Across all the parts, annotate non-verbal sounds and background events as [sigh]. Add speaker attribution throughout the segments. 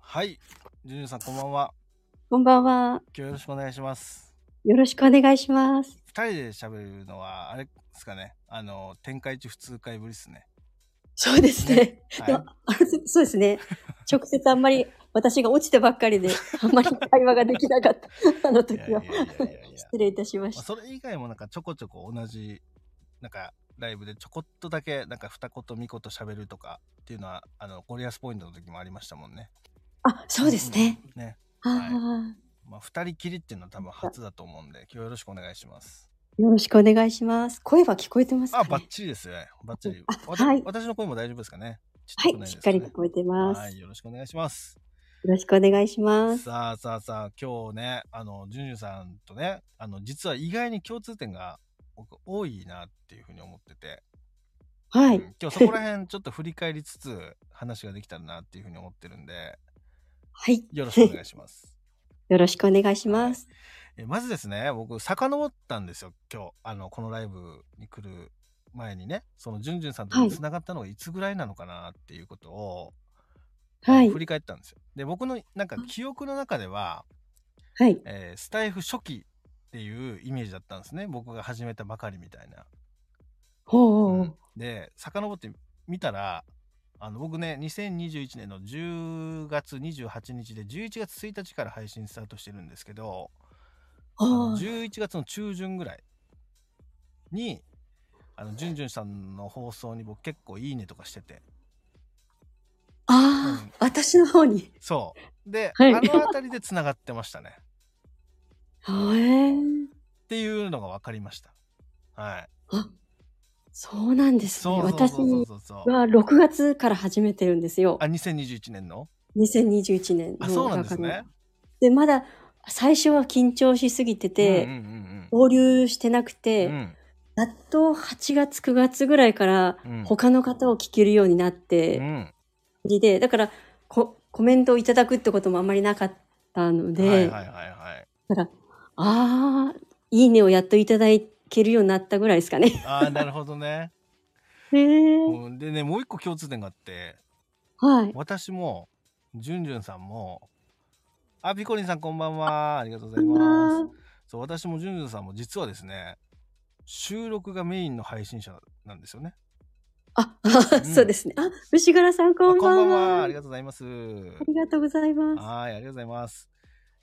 Speaker 1: はい。ジュニューさん、こんばんは。
Speaker 2: こんばんは。
Speaker 1: 今日よろしくお願いします。
Speaker 2: よろしくお願いします。
Speaker 1: 二人で喋るのは、あれですかね。あの、展開中普通会ぶりですね。
Speaker 2: そうですね。ねはい、 [laughs] そうですね。直接あんまり私が落ちてばっかりで、あんまり会話ができなかった。 [laughs] あの時は。失礼いたしました。
Speaker 1: それ以外もなんかちょこちょこ同じ、なんかライブでちょこっとだけ、なんか二言三言喋るとかっていうのは、あの、ゴリアスポイントの時もありましたもんね。
Speaker 2: あ、そうですね。うん、ね。
Speaker 1: はい。まあ、二人きりっていうのは多分初だと思うんで、今日よろしくお願いします。
Speaker 2: よろしくお願いします。声は聞こえてますか、ね、
Speaker 1: あ、バッチリですね。バッチリ。はい。私の声も大丈夫ですかね。
Speaker 2: はい、しっかり聞こえてます。
Speaker 1: はい、よろしくお願いします。
Speaker 2: よろしくお願いします。
Speaker 1: さあさあさあ、今日ね、あの、ジュンジュさんとね、あの、実は意外に共通点が僕多いなっていうふうに思ってて。。
Speaker 2: はい、うん
Speaker 1: 今日そこら辺ちょっと振り返りつつ [laughs] 話ができたらなっていうふうに思ってるんで。
Speaker 2: はい。
Speaker 1: よろしくお願いします。
Speaker 2: [laughs]
Speaker 1: [laughs]
Speaker 2: よろしくお願いします。
Speaker 1: えまずですね、僕、遡ったんですよ、今日。あの、このライブに来る前にね、その、じゅんじゅんさんと繋がったのがいつぐらいなのかなっていうことを、
Speaker 2: はい。
Speaker 1: 振り返ったんですよ。で、僕の、なんか、記憶の中では、
Speaker 2: はい。
Speaker 1: えー、スタイフ初期っていうイメージだったんですね。僕が始めたばかりみたいな。
Speaker 2: ほう、うん、
Speaker 1: で、遡ってみたら、あの僕ね2021年の10月28日で11月1日から配信スタートしてるんですけど、11月の中旬ぐらいにあのじゅんじゅんさんの放送に僕結構いいねとかしてて
Speaker 2: ああ、うん、私の方に
Speaker 1: そうで、はい、あの辺りでつながってましたねっていうのが分かりましたはい
Speaker 2: あそうなんですね私は6月から始めてるんですよ
Speaker 1: あ2021年の
Speaker 2: 2021年
Speaker 1: あそうなんですね
Speaker 2: でまだ最初は緊張しすぎてて、合流してなくて、やっと8月9月ぐらいから他の方を聞けるようになって、うん、でだからコメントをいただくってこともあんまりなかったので、だからああいいねをやっといただけるようになったぐらいですか
Speaker 1: [laughs]
Speaker 2: ね。
Speaker 1: ああなるほどね。
Speaker 2: へえ。
Speaker 1: でねもう一個共通点があって、
Speaker 2: はい、
Speaker 1: 私もじゅんじゅんさんもあ、ピコリンさんこんばんは。ありがとうございます。そう、私もジュンジュンさんも実はですね、収録がメインの配信者なんですよね。
Speaker 2: あ、うん、そうですね。あ、牛柄さんこんばんは。こんばんは。
Speaker 1: ありがとうございます。あ
Speaker 2: りがとうございます。
Speaker 1: はい、ありがとうございます。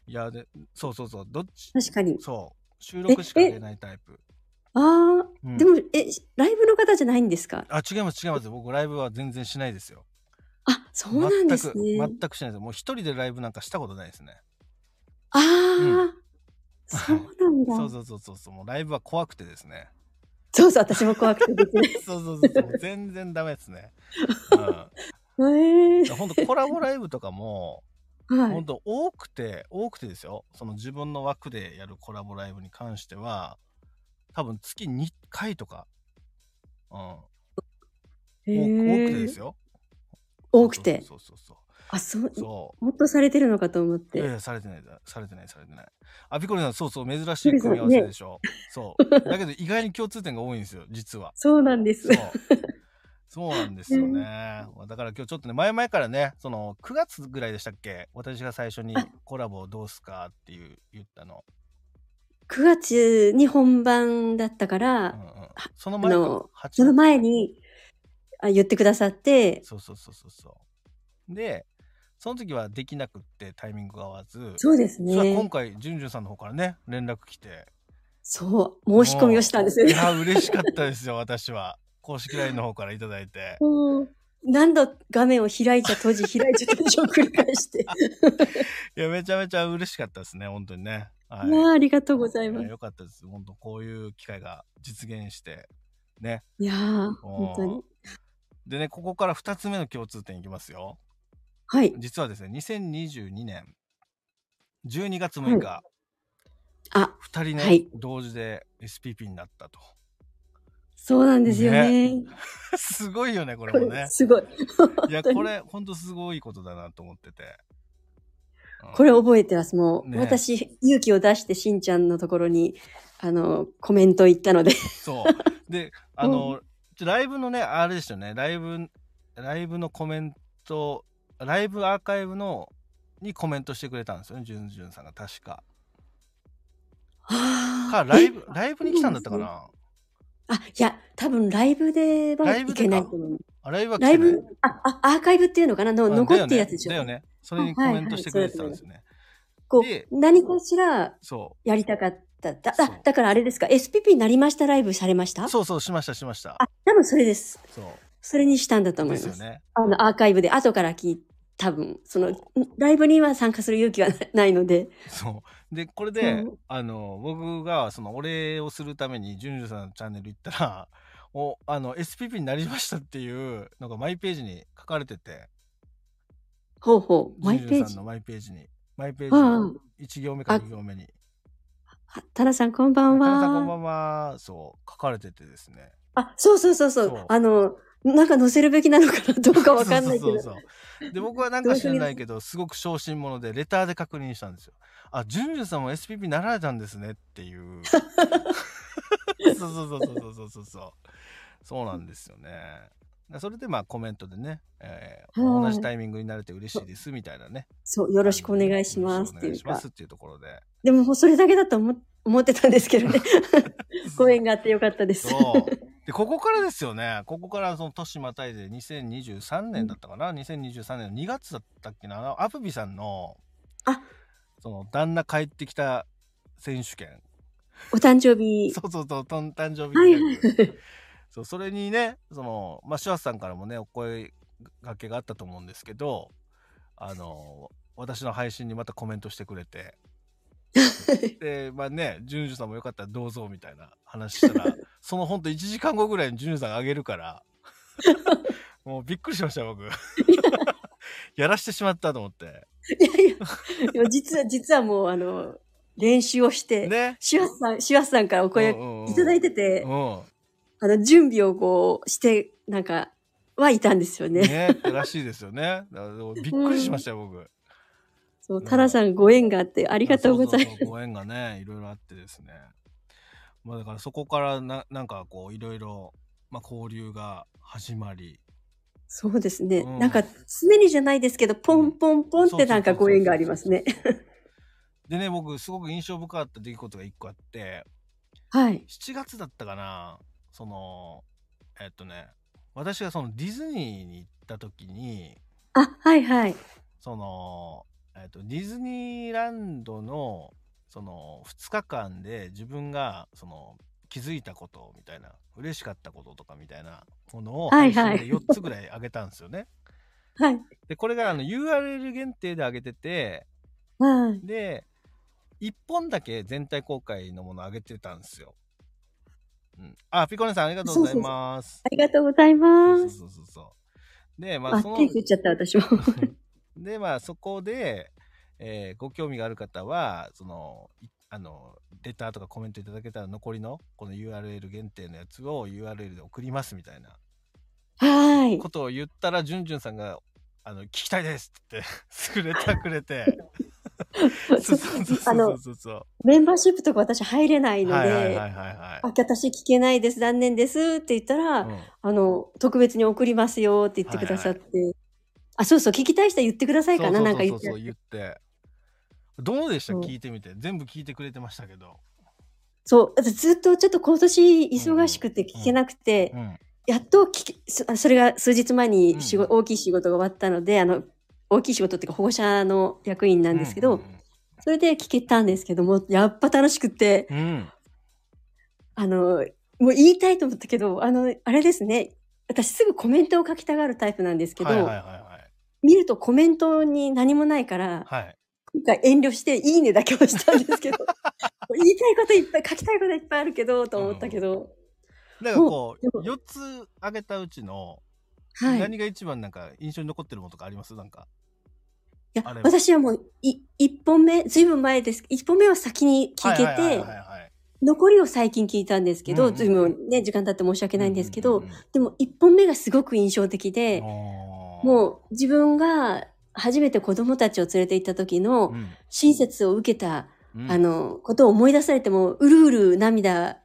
Speaker 1: いや、で、そうそうそう、どっち
Speaker 2: 確かに。
Speaker 1: そう、収録しか出ないタイプ。
Speaker 2: ああ、うん、でも、え、ライブの方じゃないんですか
Speaker 1: あ、違います、違います。僕、ライブは全然しないですよ。
Speaker 2: あ、そうなんですね。
Speaker 1: 全くしないです。もう一人でライブなんかしたことないですね。
Speaker 2: ああ、うん、そうなんだ。
Speaker 1: そうそうそうそうそう、もうライブは怖くてですね。 [laughs]
Speaker 2: そうそう、私も怖くてですね。
Speaker 1: そうそう
Speaker 2: [laughs]
Speaker 1: そうそう、全然ダメですね。
Speaker 2: うん、
Speaker 1: ええー。本当コラボライブとかも。はい、本当多くて多くてですよその自分の枠でやるコラボライブに関しては多分月2回とか、うん、えー、多くてですよ
Speaker 2: 多くて。
Speaker 1: そうそうそう
Speaker 2: あ、そう。。
Speaker 1: そう
Speaker 2: もっとされてるのかと思って。
Speaker 1: いやいや、されてない、されてない、されてない。あ、ピコリさん、そうそう、珍しい組み合わせでしょ。ね、そう。だけど、意外に共通点が多いんですよ、実は。
Speaker 2: そうなんです。
Speaker 1: そう。そうなんですよね。だから今日ちょっとね、前々からね、その、9月ぐらいでしたっけ私が最初にコラボをどうすかっていう、言ったの。
Speaker 2: 9月に本番だったから、うんうん、
Speaker 1: その前の、
Speaker 2: その前に、あ言ってくださって
Speaker 1: そうそうそうそうそうでその時はできなくってタイミングが合わず
Speaker 2: そうですね
Speaker 1: 今回じゅんじゅんさんの方からね連絡来て
Speaker 2: そう申し込みをしたんですよねい
Speaker 1: や嬉しかったですよ私は公式 LINE の方から頂いて
Speaker 2: 何度画面を開いちゃ閉じ開いちゃ閉じを繰り返して
Speaker 1: いやめちゃめちゃ嬉しかったですね本当にね
Speaker 2: はい、ありがとうございます
Speaker 1: よかったです本当こういう機会が実現してね
Speaker 2: いや本当に
Speaker 1: でね、ここから2つ目の共通点いきますよ。
Speaker 2: はい。
Speaker 1: 実はですね、2022年12月6日、
Speaker 2: うん、あ
Speaker 1: 2人ね、はい、同時で SPP になったと。 [laughs]
Speaker 2: そうなんですよね。ね
Speaker 1: すごいよね、これもね。
Speaker 2: すごい。
Speaker 1: いや、これ、ほんとすごいことだなと思ってて。
Speaker 2: うん、これ覚えてます。もう、ね、私、勇気を出してしんちゃんのところに、あの、コメント行ったので
Speaker 1: そう。
Speaker 2: [laughs]
Speaker 1: で、あの、うんライブのね、あれですよね、ライブ、ライブのコメント、ライブアーカイブのにコメントしてくれたんですよねじゅんじゅんさんが確か。
Speaker 2: あ
Speaker 1: かライブライブに来たんだったかな、
Speaker 2: あ、いや、多分ライブではいけないと思う。
Speaker 1: あライブは来
Speaker 2: ラ
Speaker 1: て
Speaker 2: イ
Speaker 1: ない
Speaker 2: ブ、あ、あアーカイブっていうのかなの
Speaker 1: あ
Speaker 2: 残ってるやつでし
Speaker 1: だよ
Speaker 2: ょ。
Speaker 1: ねだよねそれにコメントしてくれてたんですよね、
Speaker 2: こ
Speaker 1: で
Speaker 2: う、何かしら
Speaker 1: そ
Speaker 2: やりたかった。だ、
Speaker 1: そう
Speaker 2: あ、だからあれですか、SPP になりましたライブされました
Speaker 1: うそうそうしましたしました
Speaker 2: あ、多分それです。
Speaker 1: そう
Speaker 2: それにしたんだと思
Speaker 1: で
Speaker 2: い
Speaker 1: す
Speaker 2: ま
Speaker 1: よ
Speaker 2: す。
Speaker 1: ね
Speaker 2: あの、アーカイブで後から聞い多分、その、ライブには参加する勇気はないので。
Speaker 1: そうでこれで、
Speaker 2: うん
Speaker 1: あの僕がそのお礼をするためにじゅんじゅんさんのチャンネル行ったらおあの SPP になりましたっていうのがマイページに書かれてて
Speaker 2: ほうほ
Speaker 1: じ
Speaker 2: う、
Speaker 1: ゅ
Speaker 2: マ
Speaker 1: ん
Speaker 2: イ
Speaker 1: じ
Speaker 2: ペ
Speaker 1: ゅ
Speaker 2: ー
Speaker 1: んさん
Speaker 2: ジ。
Speaker 1: のマイページにマイページ
Speaker 2: うんう
Speaker 1: の
Speaker 2: ん
Speaker 1: 1行目か2行目に
Speaker 2: あタナさんこんば
Speaker 1: 「田
Speaker 2: ん
Speaker 1: 中さんこんば
Speaker 2: は。
Speaker 1: んは」そう書かれててですね
Speaker 2: あ、そうそうそうそ
Speaker 1: そう
Speaker 2: う。あの、なんか載せるべきなのかなどうかわかんないけ
Speaker 1: そう
Speaker 2: ど。
Speaker 1: そうそうそうで僕はなんか知らないけどすごく小心者でレターで確認したんですよあジュンジュンさんも SPP になられたんですねっていうそうそうそうそうそうそうそうそうなんですよねそれでまあコメントでね、えー
Speaker 2: はい
Speaker 1: 同じタイミングになれて嬉しいですみたいなね
Speaker 2: そう、よろしくお願いしますっ
Speaker 1: よ
Speaker 2: てい
Speaker 1: ろ
Speaker 2: う
Speaker 1: しくお願いしま
Speaker 2: か
Speaker 1: す。っていうところで
Speaker 2: でも、それだけだと思思ってたんですけ
Speaker 1: [laughs]
Speaker 2: どね。ご縁があってよかったです。
Speaker 1: そう。
Speaker 2: [laughs]
Speaker 1: で、ここからですよね。ここからその年またいで2023年だったかな、?2023 年の2月だったっけなあの、アプビさんの、
Speaker 2: あ
Speaker 1: その、旦那帰ってきた選手権。
Speaker 2: お誕生日。
Speaker 1: そうそうそう、とん誕生日
Speaker 2: はい
Speaker 1: 記念
Speaker 2: はい。
Speaker 1: [laughs] そう、それにね、その、まあ、シュワスさんからもね、お声掛けがあったと思うんですけど、あの、私の配信にまたコメントしてくれて、で、まあね、ジュンジュさんもよかったらどうぞみたいな話した
Speaker 2: [laughs]
Speaker 1: ら、そのほんと1時間後ぐらいにジュンジュさんがあげるから、もうびっくりしました、
Speaker 2: [laughs]
Speaker 1: 僕。やらしてしまったと思って。
Speaker 2: いやいや、でも実は、実はもう、あの、練習をして、
Speaker 1: ね。
Speaker 2: シュワスさん、シュワスさんからお声
Speaker 1: うんうんうん
Speaker 2: いただいてて、
Speaker 1: うん。
Speaker 2: あの、準備をこうして、なんか、はいたんですよね。
Speaker 1: ねってらしいですよね。だからびっくりしましたよ、僕。
Speaker 2: そう、タラさんご縁があって、あ
Speaker 1: あ
Speaker 2: りがとうござい
Speaker 1: そ
Speaker 2: ま
Speaker 1: うそ
Speaker 2: す。
Speaker 1: うそうご縁がねいろいろあってですねまあだからそこからななんかこういろいろまあ交流が始まり
Speaker 2: そうですね。
Speaker 1: うん
Speaker 2: なんか、常にじゃないですけど、ポンポンポンってなんかご縁がありますね。
Speaker 1: そうそうそうそう [laughs] でね僕すごく印象深かった出来事が一個あって
Speaker 2: はい。
Speaker 1: 7月だったかなそのえっとね私がそのディズニーに行った時に
Speaker 2: あ、はいはい。
Speaker 1: その、えっとディズニーランドのその2日間で自分がその気づいたことみたいな嬉しかったこととかみたいなものを
Speaker 2: はい
Speaker 1: 配信
Speaker 2: はい
Speaker 1: で4つぐらい上げたんですよね。
Speaker 2: はい。
Speaker 1: でこれがあの URL 限定で上げてて
Speaker 2: はい。
Speaker 1: で1本だけ全体公開のもの上げてたんですよ。うん、あピコネさんありがとうございます。
Speaker 2: ありがとうござい
Speaker 1: そう
Speaker 2: ます。
Speaker 1: そうそうそう。でまあ
Speaker 2: あ、
Speaker 1: その
Speaker 2: 手振っちゃった私も。
Speaker 1: [laughs] でまあそこで、えーご興味がある方はそのいあのレターとかコメントいただけたら残りのこの URL 限定のやつを URL で送りますみたいな
Speaker 2: はい。
Speaker 1: ことを言ったらじゅんじゅんさんが「あの聞きたいです」って言って [laughs] すぐレターくれて [laughs] そうそうそう
Speaker 2: あ
Speaker 1: そ
Speaker 2: の
Speaker 1: う、そうそう
Speaker 2: メンバーシップとか私入れないので、
Speaker 1: はいはいはいはいはい
Speaker 2: あ、私聞けないです、残念ですって言ったら、
Speaker 1: うん
Speaker 2: あの、特別に送りますよって言ってくださって、あ、そうそう、聞きたい人は言ってくださいかな、なんか言
Speaker 1: そ
Speaker 2: っ
Speaker 1: う
Speaker 2: て
Speaker 1: そうそうそう言ってどうでした
Speaker 2: そう
Speaker 1: 聞いてみて全部聞いてくれてましたけど、
Speaker 2: そう、私ずっとちょっと今年忙しくて聞けなくて、
Speaker 1: うん、
Speaker 2: やっと聞きそ、あそれが数日前に仕
Speaker 1: うん
Speaker 2: 事、大きい仕事が終わったので、あの、大きい仕事っていうか保護者の役員なんですけど、
Speaker 1: うん
Speaker 2: それで聞けたんですけども、やっぱ楽しくて、
Speaker 1: うんうん、うん
Speaker 2: あの、もう言いたいと思ったけど、あの、あれですね。私すぐコメントを書きたがるタイプなんですけど、
Speaker 1: はいはいはいはい
Speaker 2: 見るとコメントに何もないから、
Speaker 1: はい
Speaker 2: 今回遠慮していいねだけをしたんで
Speaker 1: [laughs]
Speaker 2: すけど、もう言いたいこといっぱい、書きたいこといっぱいあるけど、と思ったけど、
Speaker 1: だからこう
Speaker 2: でも
Speaker 1: 4つ挙げたうちの
Speaker 2: はい。い
Speaker 1: 何が一番なんか印象に残ってるものとかありますなんか
Speaker 2: や
Speaker 1: あれ、は
Speaker 2: 私はもう、い、一本目、ずいぶん前です。一本目は先に聞け
Speaker 1: はいはいはい
Speaker 2: て、
Speaker 1: はい
Speaker 2: 残りを最近聞いたんですけ
Speaker 1: うん
Speaker 2: ど、
Speaker 1: うん
Speaker 2: ずいぶんね、時間経って申し訳ないんですけ
Speaker 1: う
Speaker 2: ど
Speaker 1: んうん、
Speaker 2: でも一本目がすごく印象的で、
Speaker 1: うんうん
Speaker 2: もう自分が初めて子供たちを連れて行った時
Speaker 1: う
Speaker 2: の
Speaker 1: ん
Speaker 2: 親切を受けた、
Speaker 1: うん
Speaker 2: あのことを思い出されてもうるうる涙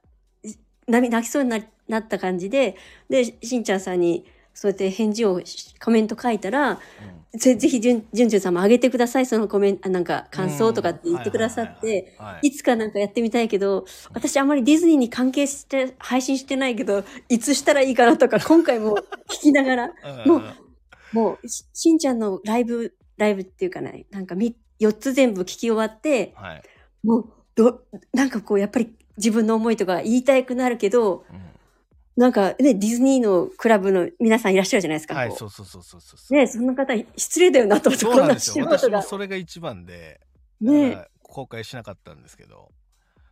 Speaker 2: 涙泣きそうにななった感じででしんちゃんさんにそうやって返事をコメント書いたら、ぜぜひじゅんじゅんじゅんさんも上げてくださいそのコメントなんか感想とかって言ってくださっていつかなんかやってみたいけど私あんまりディズニーに関係して配信してないけどいつしたらいいかなとか今回も聞きなが [laughs] らもうもうしんちゃんのライブライブっていうかねなんか4つ全部聞き終わって、はい、もうどなんかこうやっぱり自分の思いとか言いたくなるけど、うんなんかね、ディズニーのクラブの皆さんいらっしゃるじゃないですか。
Speaker 1: はい、そうそうそうそう
Speaker 2: ね、そんな方、失礼だよなと思って、
Speaker 1: そうなんですよ。私もそれが一番で、ね、公開しなかったんですけど。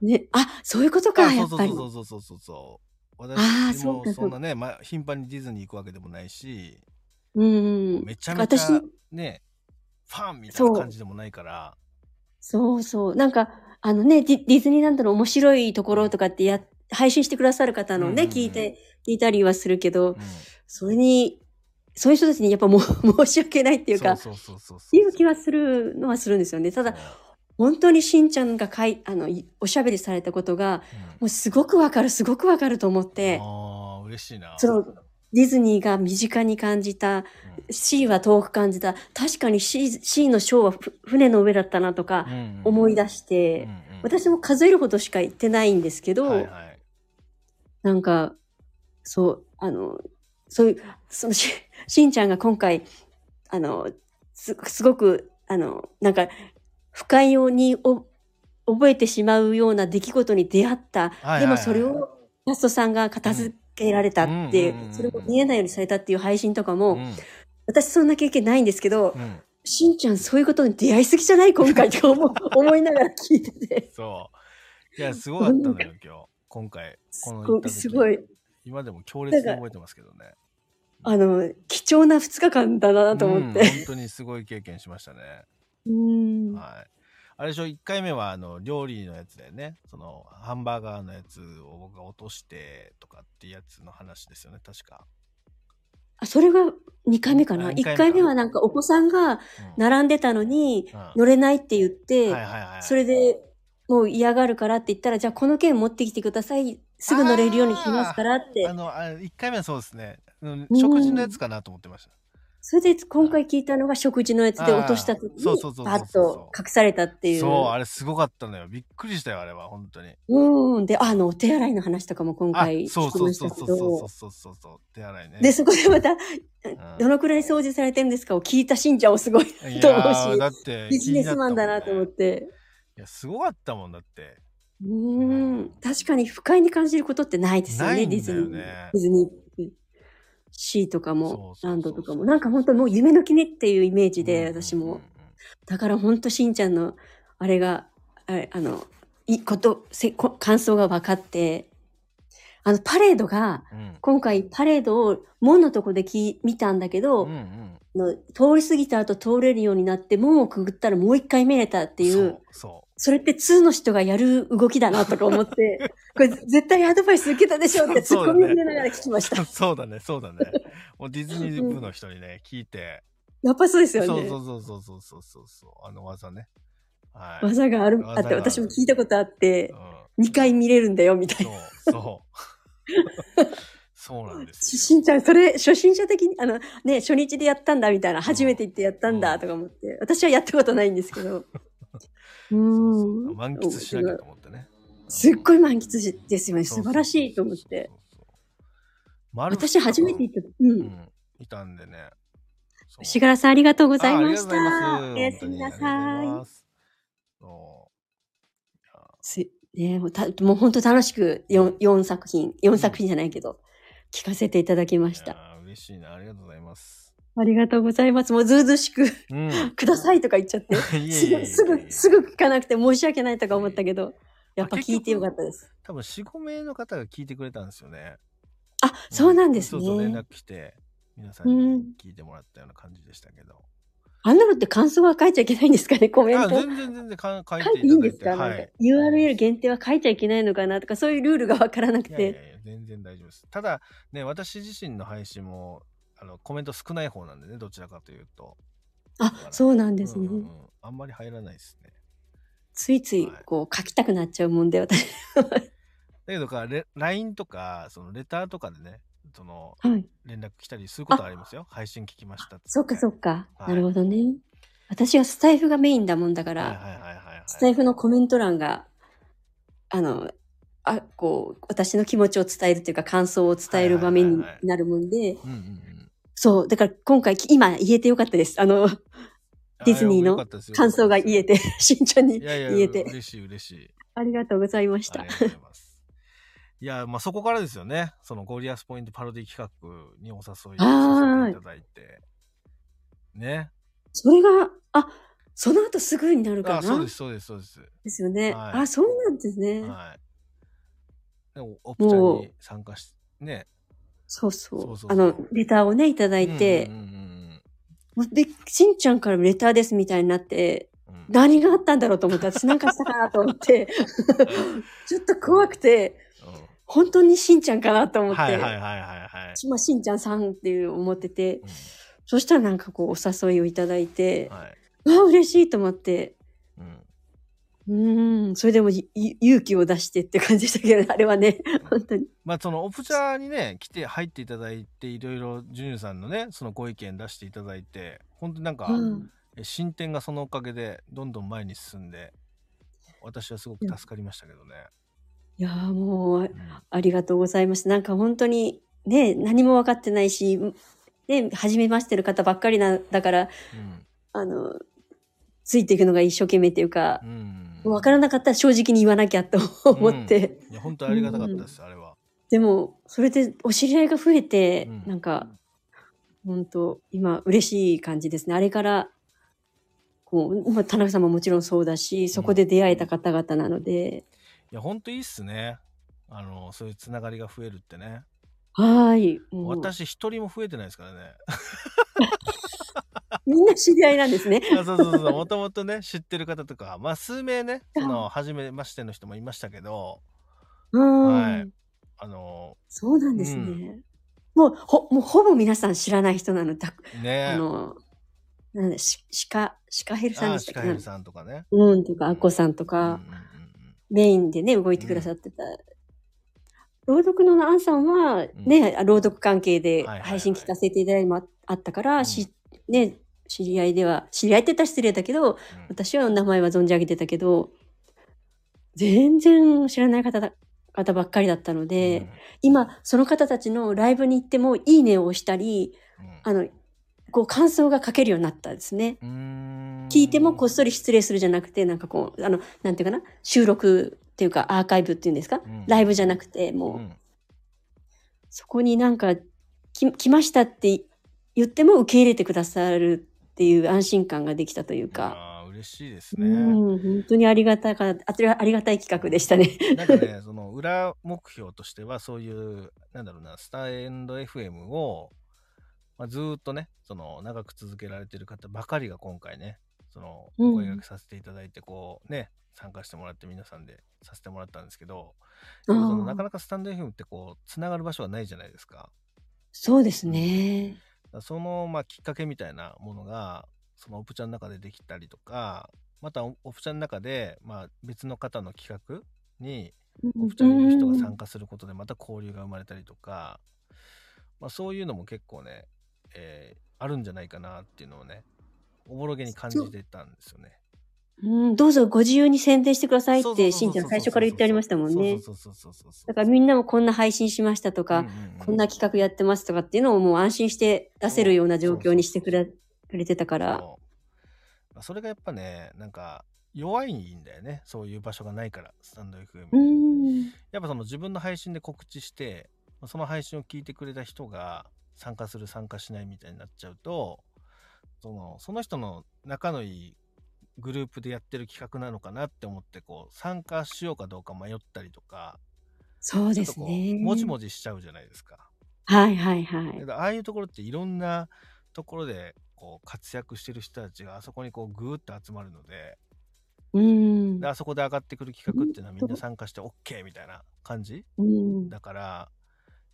Speaker 2: ね、あ、そういうことか、やっぱり。
Speaker 1: そうそうそうそうそう。私もそんなね、まあ、頻繁にディズニー行くわけでもないし、
Speaker 2: うん。
Speaker 1: めちゃめちゃ、ね、ファンみたいな感じでもないから。
Speaker 2: そうそう。なんか、あのね、ディディズニーランドの面白いところとかってやって、配信してくださる方のね、聞いて、聞いたりはするけど、うん、それに、そういう人たちにやっぱも申し訳ないっていうか、いう気はするのはするんですよね。ただ、本当にしんちゃんがかいあのおしゃべりされたことが、うん、もうすごくわかる、すごくわかると思って。
Speaker 1: ああ、嬉しいな。
Speaker 2: そのディズニーが身近に感じた、うん、C は遠く感じた、確かに C, C のショーは船の上だったなとか思い出して、私も数えるほどしか行ってないんですけど、はいはいなんか、そう、あの、そういう、そのし、しんちゃんが今回、あの、す、すごく、あの、なんか、不快用にお覚えてしまうような出来事に出会った。でもそれを、キャストさんが片付けられたっていう、それを見えないようにされたっていう配信とかも、うん、私そんな経験ないんですけど、うん、しんちゃんそういうことに出会いすぎじゃない今回って [laughs] 思思いながら聞いてて。
Speaker 1: そう。いや、すごかったのよ、今日。今回この
Speaker 2: すごい
Speaker 1: 今でも強烈に覚えてますけどね
Speaker 2: あの貴重な2日間だなと思って、うん、
Speaker 1: 本当にすごい経験しましたね
Speaker 2: うん
Speaker 1: はいあれでしょ1回目はあの料理のやつだよねそのハンバーガーのやつを僕が落としてとかってやつの話ですよね確か
Speaker 2: あそれが2回目かな回 ,1 回目はなんかお子さんが並んでたのに乗れないって言って、それでもう嫌がるからって言ったら、じゃあこの券持ってきてください。すぐ乗れるようにしますからって。
Speaker 1: あの、あ1回目はそうですね。食事のやつかなと思ってました。
Speaker 2: それで今回聞いたのが食事のやつで落とした時にパッと隠されたっていう。
Speaker 1: そう、あれすごかったのよ。びっくりしたよ、あれは、本当に。
Speaker 2: うん。で、あの、お手洗いの話とかも今回
Speaker 1: そうそうそうそうそうそうそうそう。手洗いね。
Speaker 2: で、そこでまた、どのくらい掃除されてるんですかを聞いた信者もすごいと思うし、だってビジネスマンだなと思って。
Speaker 1: いや、すごかったもんだって。
Speaker 2: うん、確かに不快に感じることってないですよね、よねディズニー。ディズニー。シーとかも、ランドとかも。なんか本当もう夢のねっていうイメージで、私も。だから本当しんちゃんの、あれが、あれあの、いいことせこ、感想が分かって、あの、パレードが、うん、今回パレードを門のとこでき見たんだけど、うんうんの通り過ぎた後通れるようになって門をくぐったらもう一回見れたっていう
Speaker 1: そう
Speaker 2: それって2の人がやる動きだなとか思ってこれ絶対アドバイス受けたでしょってツッコミを入れながら聞きまし
Speaker 1: [laughs]
Speaker 2: た
Speaker 1: そうだねそうだねもうディズニー部の人にねうん、聞いて
Speaker 2: やっぱそうですよね
Speaker 1: そうそうそうそうそうそうそうあの技ね、
Speaker 2: はい、技があるあって私も聞いたことあって、うん、2回見れるんだよみたいな
Speaker 1: そうそう [laughs] そうなんです
Speaker 2: 初心者、それ、初心者的に、あの、ね、初日でやったんだみたいな、初めて行ってやったんだとか思って、私はやったことないん
Speaker 1: [laughs]
Speaker 2: ですけど。
Speaker 1: うん。満喫しなきゃと思ってね。
Speaker 2: すっごい満喫ですよね。素晴らしいと思って。私初めて行った。うん。
Speaker 1: いたんでね。
Speaker 2: しがらさんありがとうございました。おやすみなさい。すね、もうたもう本当楽しく 4, 4作品、4作品じゃないけど、聞かせていただきました。
Speaker 1: 嬉しいな。ありがとうございます。
Speaker 2: ありがとうございます。もうずうずしく、 [laughs] うん、くださいとか言っちゃっ
Speaker 1: [laughs]
Speaker 2: て、すぐ、すぐ、すぐ聞かなくて申し訳ないとか思ったけど、やっぱ聞いてよかったです。
Speaker 1: 多分4、5名の方が聞いてくれたんですよね。
Speaker 2: あ、そうなんですね。
Speaker 1: 連絡来て、皆さんに聞いてもらったような感じでしたけど。
Speaker 2: うん、あんなのって感想は書いちゃいけないんですかね、コメント。
Speaker 1: 全然全然か書いて
Speaker 2: いいんですか、はい、URL 限定は書いちゃいけないのかなとか、そういうルールがわからなくて。いやいやいや
Speaker 1: 全然大丈夫です。ただ、ね、私自身の配信も、あの、コメント少ない方なんでね、どちらかというと。
Speaker 2: あ、そうなんですね、うんうん、
Speaker 1: あんまり入らないですね。
Speaker 2: ついつい、こう、書きたくなっちゃうもんで、私。
Speaker 1: だけどか、LINE とか、その、レターとかでね、その、
Speaker 2: はい。
Speaker 1: 連絡来たりすることはありますよ。配信聞きましたって。
Speaker 2: そっかそっか。
Speaker 1: はい
Speaker 2: なるほどね。私はスタイフがメインだもんだか
Speaker 1: はいはい
Speaker 2: ら、
Speaker 1: はいはいはい。
Speaker 2: スタイフのコメント欄が、あの、あ、こう、私の気持ちを伝えるというか、感想を伝える場面になるもんで、
Speaker 1: うんうんうん。
Speaker 2: そう、だから今回、き今言えてよかったです。あの、ディズニーの感想が言え
Speaker 1: て。
Speaker 2: て、 [laughs] 慎重に
Speaker 1: いやいや、
Speaker 2: 言えて。
Speaker 1: 嬉しい嬉しい。
Speaker 2: ありがとうございまし
Speaker 1: あ
Speaker 2: た
Speaker 1: り。がとうございます。いや、まあ、そこからですよね。そのゴリアスポイントパロディ企画にお誘いさせていただいて。ね。
Speaker 2: それが、あ、その後すぐになるかな
Speaker 1: あ、そうです、そうです、そうです。
Speaker 2: ですよね。
Speaker 1: はい
Speaker 2: あ、そうなんですね。
Speaker 1: はい。でも、オプちゃん
Speaker 2: もう
Speaker 1: に参加し、ね。
Speaker 2: そうそう
Speaker 1: そうそうそう
Speaker 2: あの、レターをね、いただいて、
Speaker 1: うんうん
Speaker 2: もうで、しんちゃんからレターですみたいになって、
Speaker 1: うんうん。
Speaker 2: 何があったんだろうと
Speaker 1: [laughs]
Speaker 2: 思って、私なんかしたかなと思って、ちょっと怖くて、本当にしんちゃんかなと
Speaker 1: う
Speaker 2: 思
Speaker 1: ん
Speaker 2: って、
Speaker 1: はいはいはいはいはい。
Speaker 2: まあ、しんちゃんさんっていう思ってて、
Speaker 1: う
Speaker 2: そしたらなんかこう、お誘いをいただいて、
Speaker 1: んはい。
Speaker 2: わあ、嬉しいと思って、
Speaker 1: うん。
Speaker 2: うーん、それでもいい勇気を出してって感じでしたけど、あれはね、本
Speaker 1: [laughs]
Speaker 2: 当に。
Speaker 1: まあ、そのオプチャーにね来て入っていただいていろいろジュニューさんのねそのご意見出していただいて本当になんか、
Speaker 2: うん
Speaker 1: え進展がそのおかげでどんどん前に進んで私はすごく助かりましたけどね。
Speaker 2: いやーもう、
Speaker 1: うん
Speaker 2: ありがとうございます。なんか本当に、ね、何も分かってないし、ね、初めましての方ばっかりな、だから、あの、ついていくのが一生懸命っていうか
Speaker 1: う、ん
Speaker 2: 分からなかったら正直に言わなきゃと思って、
Speaker 1: いや本当にありがたかったです、あれは。
Speaker 2: でも、それでお知り合いが増えて、
Speaker 1: うん
Speaker 2: なんか、本当今、嬉しい感じですね。あれから、こう、まあ、田中さんももちろんそうだし、そこで出会えた方々なので、
Speaker 1: いや本当いいっすねあのそういうつながりが増えるってね。
Speaker 2: はーい。もう
Speaker 1: 私一人も増えてないですからね。 [laughs]
Speaker 2: みんな知り合いなんで
Speaker 1: [laughs]
Speaker 2: すね。
Speaker 1: あそうそうそうもともとね知ってる方とかまあ数名ね
Speaker 2: [laughs]
Speaker 1: その初めましての人もいましたけど
Speaker 2: うん。
Speaker 1: はいあの
Speaker 2: そうなんですね。
Speaker 1: う
Speaker 2: もう、ほ、もうほぼ皆さん知らない人なの。た
Speaker 1: ね
Speaker 2: あの、なんだ、し、シカ、シカヘルさん
Speaker 1: あ
Speaker 2: で
Speaker 1: あシ
Speaker 2: した
Speaker 1: カ
Speaker 2: っけ
Speaker 1: ヘ
Speaker 2: な
Speaker 1: ルさんとかね。
Speaker 2: うん、とか、アッコさんと
Speaker 1: うん
Speaker 2: か、
Speaker 1: うん
Speaker 2: メインでね、動いてくださってた。朗読のアンさんは、ね、朗読関係
Speaker 1: はいは
Speaker 2: で
Speaker 1: いはい
Speaker 2: 配信聞かせていただいてもああったから、
Speaker 1: うん
Speaker 2: し、ね、知り合いでは、知り合いって言ったら失礼だけど、
Speaker 1: うん
Speaker 2: 私は名前は存じ上げてたけど、全然知らない方だ、方ばっかりだったので、今その方たちのライブに行ってもいいねを押したりあのこう感想が書けるようになったんですね
Speaker 1: うん
Speaker 2: 聞いてもこっそり失礼するじゃなくてなんかこうあのなんていうかな収録っていうかアーカイブっていうんですか
Speaker 1: うん
Speaker 2: ライブじゃなくてもう、
Speaker 1: うん
Speaker 2: そこになんかき来ましたって言っても受け入れてくださるっていう安心感ができたというか、
Speaker 1: ああ嬉しいです
Speaker 2: う
Speaker 1: ね。
Speaker 2: ん本当にありがたかあつありがたい企画でしたね
Speaker 1: なんかね、その裏目標としては、そういう、なんだろうな、スターエンド FM を、まあ、ずーっとね、その長く続けられてる方ばかりが今回ね、その
Speaker 2: うん
Speaker 1: お声掛けさせていただいて、こうね、参加してもらって皆さんでさせてもらったんですけど、
Speaker 2: あ
Speaker 1: でもそのなか
Speaker 2: ー
Speaker 1: なかスタンド FM ってこう、つながる場所がないじゃないですか。
Speaker 2: そうですね
Speaker 1: だからその、まあ、きっかけみたいなものが、そのオプチャンの中でできたりとか、またオプチャンの中で、まあ、別の方の企画に、お二人の人が参加することでまた交流が生まれたりとか、まあ、そういうのも結構ね、えーあるんじゃないかなっていうのをねおぼろげに感じてたんですよね。
Speaker 2: うん、どうぞご自由に宣伝してくださいっ
Speaker 1: そうそうそう
Speaker 2: て、
Speaker 1: そう
Speaker 2: しんちゃん最初から言ってありましたもんね。
Speaker 1: そうそうそうそうそう
Speaker 2: だからみんなもこんな配信しましたと
Speaker 1: う
Speaker 2: か
Speaker 1: ん、うんうん
Speaker 2: こんな企画やってますとかっていうのをもう安心して出せるような状況にしてくれくれてたから。
Speaker 1: そうまあそれがやっぱねなんか弱いんだよねそういう場所がないからスタンド FM、
Speaker 2: うん。
Speaker 1: やっぱその自分の配信で告知してまあその配信を聞いてくれた人が参加する参加しないみたいになっちゃうとそのその人の仲のいいグループでやってる企画なのかなって思ってこう参加しようかどうか迷ったりとか
Speaker 2: そう
Speaker 1: ちょ
Speaker 2: で
Speaker 1: っと
Speaker 2: す
Speaker 1: こ
Speaker 2: ね
Speaker 1: う。もじもじしちゃうじゃないですか。
Speaker 2: はいはいはい
Speaker 1: だ。からああいうところっていろんなところでこう活躍してる人たちがあそこにこうグーッと集まるので
Speaker 2: うん
Speaker 1: で。あそこで上がってくる企画っていうのはみんな参加して OK みたいな感じ
Speaker 2: うん
Speaker 1: だから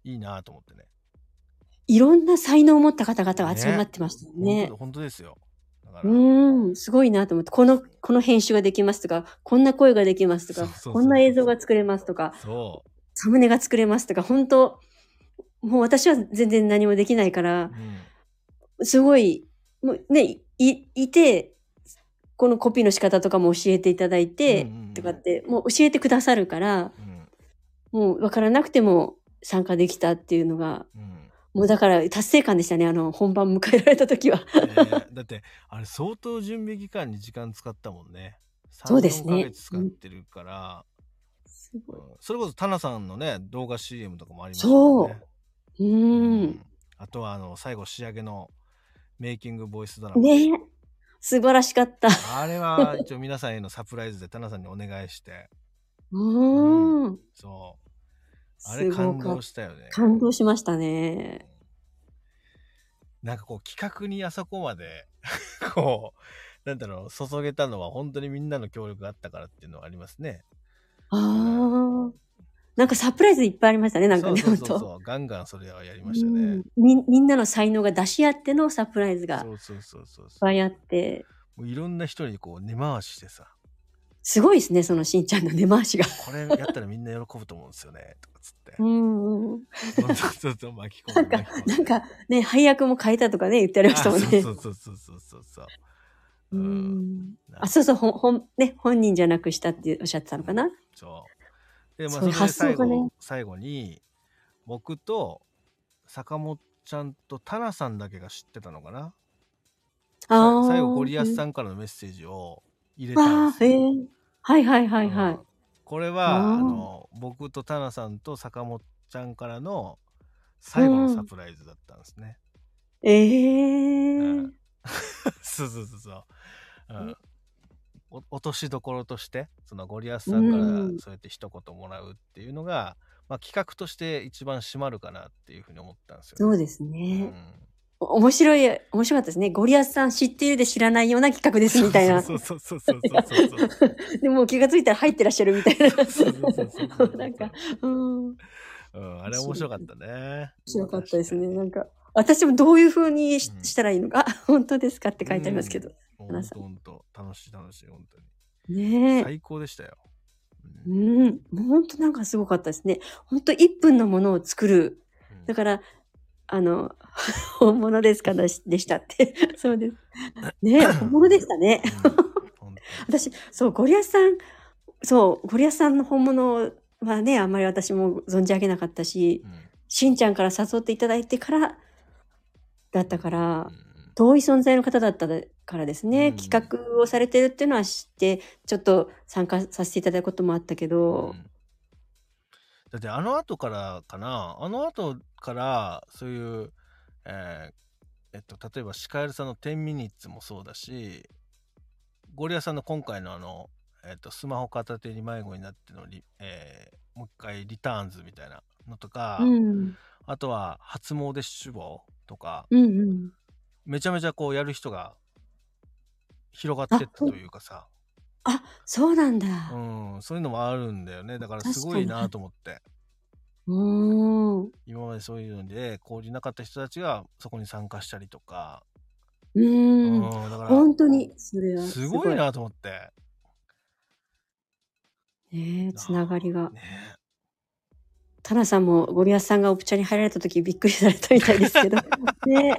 Speaker 1: いいなと思ってね。
Speaker 2: いろんな才能を持った方々が集まってましたよ
Speaker 1: 本当
Speaker 2: ね
Speaker 1: だ。本当ですよ。だから、
Speaker 2: うん、すごいなと思って、この、この編集ができますとか、こんな声ができますと
Speaker 1: そうそ
Speaker 2: か
Speaker 1: うそうそ、う
Speaker 2: こんな映像が作れますとか、
Speaker 1: そ
Speaker 2: サムネが作れますとか、本当もう私は全然何もできないから、すごい、もうね、い、いて、このコピーの仕方とかも教えていただいて、うんうんうん、とかって、もう教えてくださるから、うん、もう分からなくても参加できたっていうのが、うん、もうだから達成感でしたね、あの、本番迎えられた時は。
Speaker 1: えー、だって、あれ相当準備期間に時間使ったもんね。
Speaker 2: そうですね。
Speaker 1: 月使ってるから、うん、すごい。それこそ、タナさんのね、動画 CM とかもありますね。
Speaker 2: そう。うん。
Speaker 1: あとは、あの、最後仕上げのメイキングボイスドラ
Speaker 2: マ。ね素晴らしかった。
Speaker 1: あれは一応皆さんへのサプライズでタナさんにお願いして。
Speaker 2: うん。
Speaker 1: そう。あれ感動したよね。
Speaker 2: 感動しましたね。
Speaker 1: なんかこう企画にあそこまで [laughs] こう、なんだろう、注げたのは本当にみんなの協力があったからっていうのはありますね。
Speaker 2: ああ、うん。なんかサプライズいっぱいありましたね、なんかね。
Speaker 1: そうそうそうガンガンそれはやりましたね、
Speaker 2: うんみ。みんなの才能が出し合ってのサプライズが。
Speaker 1: そうそうそうそう。いっ
Speaker 2: ぱいあって。
Speaker 1: もういろんな人にこう根回ししてさ。
Speaker 2: すごいですね、そのしんちゃんの根回しが。
Speaker 1: これやったらみんな喜ぶと思うんですよね、とかつって。
Speaker 2: うんうん。
Speaker 1: そうそう巻き込
Speaker 2: む。なんか、 [laughs] なんかね、配役も変えたとかね、言ってありましたもんね。
Speaker 1: そうそうそうそうそうそう。
Speaker 2: うん。あ、そうそう、ほほん、ね、本人じゃなくしたっておっしゃってたのかな。
Speaker 1: そう。で、まあ、それ最後、ね、最後に、僕と坂本ちゃんとタナさんだけが知ってたのかな。
Speaker 2: あ
Speaker 1: 最後、ゴリアスさんからのメッセージを入れたんです
Speaker 2: よ。えー、はいはいはいはい。うん、
Speaker 1: これはあの僕とタナさんと坂本ちゃんからの最後のサプライズだったんですね。
Speaker 2: うん、えー、うん、
Speaker 1: そうそうそうそう。うんお落としどころとしてそのゴリアスさんからそうやって一言もらうっていうのが、うん、まあ、企画として一番締まるかなっていうふうに思ったんですよ、
Speaker 2: ね、そうですね、うん、面白い面白かったですねゴリアスさん知っているで知らないような企画ですみたいな
Speaker 1: そうそうそうそうそうそう、
Speaker 2: [laughs] でも気が付いたら入ってらっしゃるみたいななんかうん、うん
Speaker 1: あれ面白かったね
Speaker 2: 面白かったですねなんか私もどういうふうにしたらいいのか、 [laughs] うん、あ本当ですかって書いてありますけど、
Speaker 1: 本当本当楽しい楽しい本
Speaker 2: 当にね
Speaker 1: 最高でしたよ、
Speaker 2: うん、うん、本当なんかすごかったですね本当1分のものを作る、うん、だからあの [laughs] 本物ですかでしたって [laughs] そうですね
Speaker 1: [laughs]
Speaker 2: 本物でしたね、私そうゴリアスさんそうゴリアスさんの本物はねあんまり私も存じ上げなかったし、うん、しんちゃんから誘っていただいてから [laughs] だったから、遠い存在の方だったからですね、うん、企画をされてるっていうのは知ってちょっと参加させていただくこともあったけど、うん、
Speaker 1: だってあの後からかなあの後からそういう、えー、えっと、例えばシカエルさんの「10ミニッツ」もそうだしゴリアさんの今回のあの、えっと、スマホ片手に迷子になってのリ、えー、もう一回「リターンズ」みたいなのとか、
Speaker 2: うん、
Speaker 1: あとは「初詣志望」とか。
Speaker 2: うんうん
Speaker 1: めちゃめちゃこうやる人が広がってったというかさ
Speaker 2: あそうなんだ、
Speaker 1: うん、そういうのもあるんだよねだからすごいなと思って
Speaker 2: うん
Speaker 1: 今までそういうので交流なかった人たちがそこに参加したりとか
Speaker 2: うんだから本当にそれは
Speaker 1: すごいなと思って
Speaker 2: ねえつながりが、ね、タナさんもゴリアスさんがオプチャに入られた時びっくりされたみたいですけどね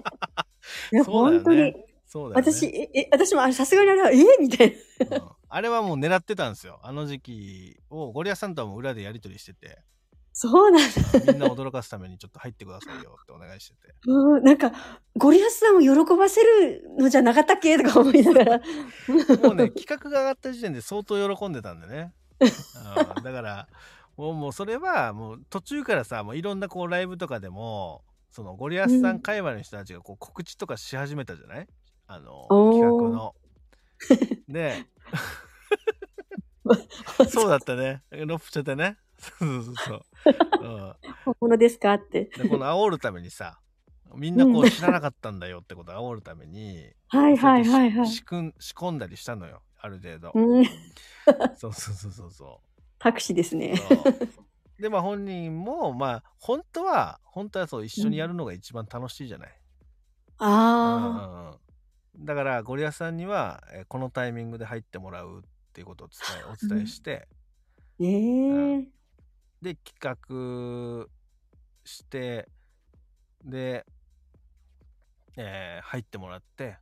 Speaker 2: ね、本当に。
Speaker 1: そうだ、
Speaker 2: ね、私、え、私もあれ、さすがにあれは、えみたい
Speaker 1: な、うん、あれはもう狙ってたんですよ。あの時期を、ゴリアさんとはもう裏でやり取りしてて。
Speaker 2: そうなん
Speaker 1: だ。みんな驚かすためにちょっと入ってくださいよってお願いしてて。
Speaker 2: うん、なんか、ゴリアスさんを喜ばせるのじゃなかったっけとか思いながら。
Speaker 1: もうね、企画が上がった時点で相当喜んでたんでね。うん、だから、もう、もうそれは、もう途中からさ、もういろんなこうライブとかでも、そのゴリアスさん界隈の人たちがこう告知とかし始めたじゃない、うん、あの企画の。でそうだったねロプチャでね。そうそうそう
Speaker 2: そう。うん、 [laughs] 本物ですかって。
Speaker 1: でこの煽るためにさみんなこう知らなかったんだよってことを煽るために
Speaker 2: はいはいはいはい
Speaker 1: 仕込んだりしたのよある程度。
Speaker 2: うん、
Speaker 1: そうそうそうそうそう。
Speaker 2: タクシーですね。
Speaker 1: でまあ本人もまあ本当は本当はそう一緒にやるのが一番楽しいじゃない。
Speaker 2: うん、あ
Speaker 1: あ、うん、だからゴリアさんには、えこのタイミングで入ってもらうっていうことを伝えお伝えして。
Speaker 2: え、う、え、ん、
Speaker 1: で企画してで、えー入ってもらって、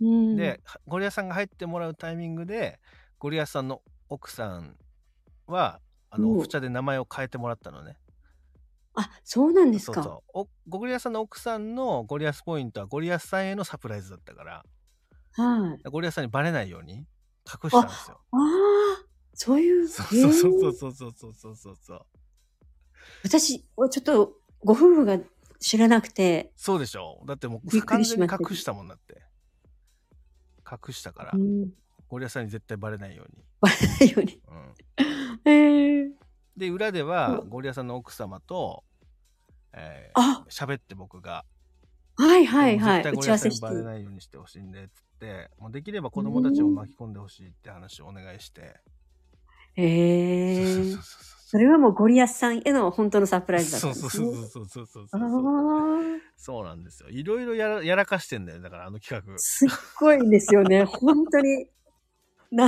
Speaker 2: うん。
Speaker 1: で、ゴリアさんが入ってもらうタイミングでゴリアさんの奥さんはあの
Speaker 2: おう
Speaker 1: オフ茶で名前を変えてもらったのね。
Speaker 2: あ、そうなんです
Speaker 1: そ
Speaker 2: か。
Speaker 1: うそうおゴリアさんの奥さんのゴリアスポイントはゴリアスさんへのサプライズだったから
Speaker 2: はい。
Speaker 1: ゴリアスさんにバレないように隠したんですよ。
Speaker 2: ああ、そういう。
Speaker 1: そうそうそ
Speaker 2: えー
Speaker 1: うそうそうそうそうそうそう
Speaker 2: 私、ちょっと、ご夫婦が知らなくて。
Speaker 1: そうでしょだっても
Speaker 2: び
Speaker 1: う
Speaker 2: っく
Speaker 1: 完
Speaker 2: りし
Speaker 1: 全に
Speaker 2: ました
Speaker 1: 隠したもんだって隠したから
Speaker 2: うん。 [laughs]
Speaker 1: ゴリアスさんに絶対バレないように、
Speaker 2: ないよね。
Speaker 1: うん、
Speaker 2: えー、
Speaker 1: で裏では
Speaker 2: う
Speaker 1: ゴリアさんの奥様とえー
Speaker 2: あ、
Speaker 1: 喋って僕が
Speaker 2: はいはいは
Speaker 1: で
Speaker 2: い。打
Speaker 1: も絶対ゴ
Speaker 2: ち
Speaker 1: リ
Speaker 2: 合わ
Speaker 1: アス
Speaker 2: せ
Speaker 1: に
Speaker 2: して
Speaker 1: バ。レないようにしてほしいんでっつってもうできれば子供たちを巻き込んでほしいって話をお願いして、
Speaker 2: ええ
Speaker 1: そうそうそう
Speaker 2: ー。
Speaker 1: そうそう
Speaker 2: それはもうゴリアスさんへの本当のサプライズだった
Speaker 1: そ
Speaker 2: ん
Speaker 1: う
Speaker 2: です、
Speaker 1: そ
Speaker 2: ね。
Speaker 1: うそうそうそうそうそう
Speaker 2: あ
Speaker 1: そう
Speaker 2: ー
Speaker 1: そうなんですよいろいろやらやらかしてんだよだからあの企画
Speaker 2: すっごいんですよ
Speaker 1: [laughs]
Speaker 2: ね。本当に。な、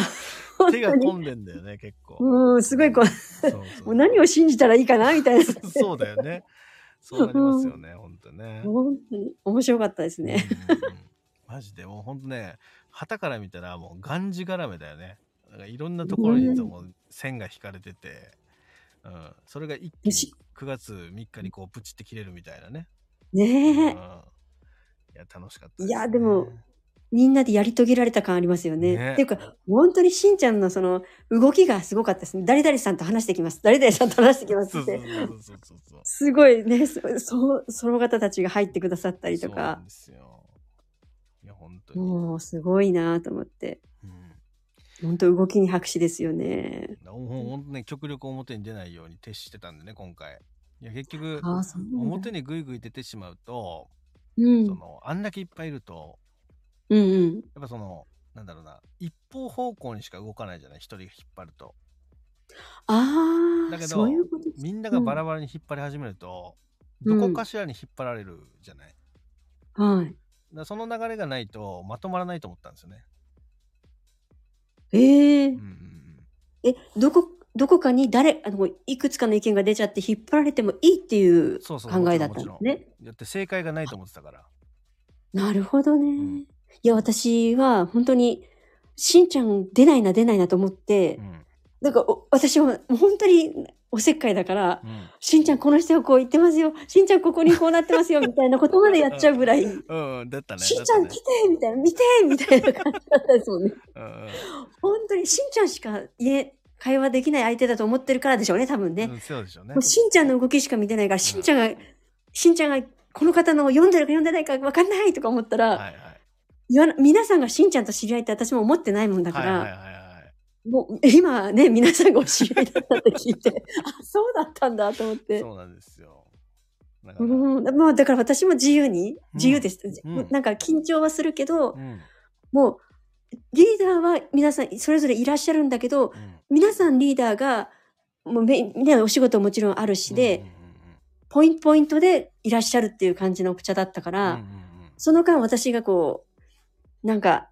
Speaker 2: 本
Speaker 1: 手
Speaker 2: 当
Speaker 1: が
Speaker 2: に。
Speaker 1: 込んでんだよね結構
Speaker 2: うん、すごいこう、
Speaker 1: そうそうそう
Speaker 2: もう何を信じたらいいかなみたいな。
Speaker 1: そうだよねそうなりますよね本当ね
Speaker 2: 本当に面白かったですね。
Speaker 1: うんうんうんマジでもうほんとね旗から見たらもうがんじがらめだよねなんかいろんなところにとも線が引かれてて、うん、それが一気に
Speaker 2: よし
Speaker 1: 9月3日にこうプチって切れるみたいなね、うん、い
Speaker 2: ねえ。
Speaker 1: や楽しかったすね、
Speaker 2: いやでもみんなでやり遂げられた感ありますよね。
Speaker 1: ね
Speaker 2: っていうか、本当にしんちゃんのその動きがすごかったですね。誰々さんと話してきます。誰々さんと話してきます
Speaker 1: そう
Speaker 2: っ
Speaker 1: そう
Speaker 2: て。
Speaker 1: そうそうそうそう
Speaker 2: すごいね、そそうその方たちが入ってくださったりと
Speaker 1: そうなん
Speaker 2: か、
Speaker 1: ですよいや本当に、うん
Speaker 2: もうすごいなと思って、本当動きに拍手ですよね。
Speaker 1: だからほんほんとね極力表に出ないように徹してたんでね今回いや結局
Speaker 2: ああ、そうなんだ
Speaker 1: 表。にぐいぐい出てしまうと、
Speaker 2: うん
Speaker 1: そ、のあんだけいっぱいいると
Speaker 2: うんうん。
Speaker 1: やっぱそのなんだろうな一方方向にしか動かないじゃない一人が引っ張ると
Speaker 2: あ
Speaker 1: だけ
Speaker 2: あ、
Speaker 1: ど
Speaker 2: そういうこと
Speaker 1: みんながバラバラに引っ張り始めると、
Speaker 2: うん
Speaker 1: どこかしらに引っ張られるじゃない、だか
Speaker 2: はい。
Speaker 1: らその流れがないとまとまらないと思ったんですよね、
Speaker 2: ええ
Speaker 1: うんうんうん、
Speaker 2: え、どこ、どこかに誰、あの、いくつかの意見が出ちゃって引っ張られてもいいっていう
Speaker 1: そう
Speaker 2: 考
Speaker 1: そう
Speaker 2: えだったんですね。
Speaker 1: だって正解がないと思ってたから
Speaker 2: なるほどね。
Speaker 1: ん
Speaker 2: いや、私は本当に、しんちゃん出ないな出ないなと思って、
Speaker 1: うん
Speaker 2: なんかお私はもう本当におせっかいだから、
Speaker 1: うん
Speaker 2: しんちゃんこの人はこう言ってますよ、しんちゃんここにこうなってますよ、みたいなことまでやっちゃうぐらい、
Speaker 1: うんうんだったね
Speaker 2: しんちゃん
Speaker 1: だ
Speaker 2: 来
Speaker 1: ってたね、
Speaker 2: みたいな、見てみたいな感じだったんですもんね。
Speaker 1: うんうん
Speaker 2: 本当にしんちゃんしか家、会話できない相手だと思ってるからでしょうね、多分ね。
Speaker 1: うんそうでしょうね
Speaker 2: もうしんちゃんの動きしか見てないから、しんちゃんが、しんちゃんがこの方の読んでるか読んでないか分かんないとか思ったら、
Speaker 1: はいはい
Speaker 2: 言わな皆さんがしんちゃんと知り合いって私も思ってないもんだか
Speaker 1: はい
Speaker 2: ら、
Speaker 1: はいはいはい
Speaker 2: もう今ね、皆さんがお知り合いだったって聞いて、 [laughs] あ、そうだったんだと思って。
Speaker 1: そうなんですよだか
Speaker 2: う
Speaker 1: ら
Speaker 2: ん、まあだから私も自由に、自由です。
Speaker 1: うん
Speaker 2: なんか緊張はするけど、
Speaker 1: うん
Speaker 2: もうリーダーは皆さんそれぞれいらっしゃるんだけ
Speaker 1: う
Speaker 2: ど、
Speaker 1: ん
Speaker 2: 皆さんリーダーが、もうめ、ね、お仕事もちろんあるしで、
Speaker 1: うんうん
Speaker 2: ポイントポイントでいらっしゃるっていう感じのお茶だったか
Speaker 1: うん
Speaker 2: ら、
Speaker 1: うんうんうん
Speaker 2: その間私がこう、なんか、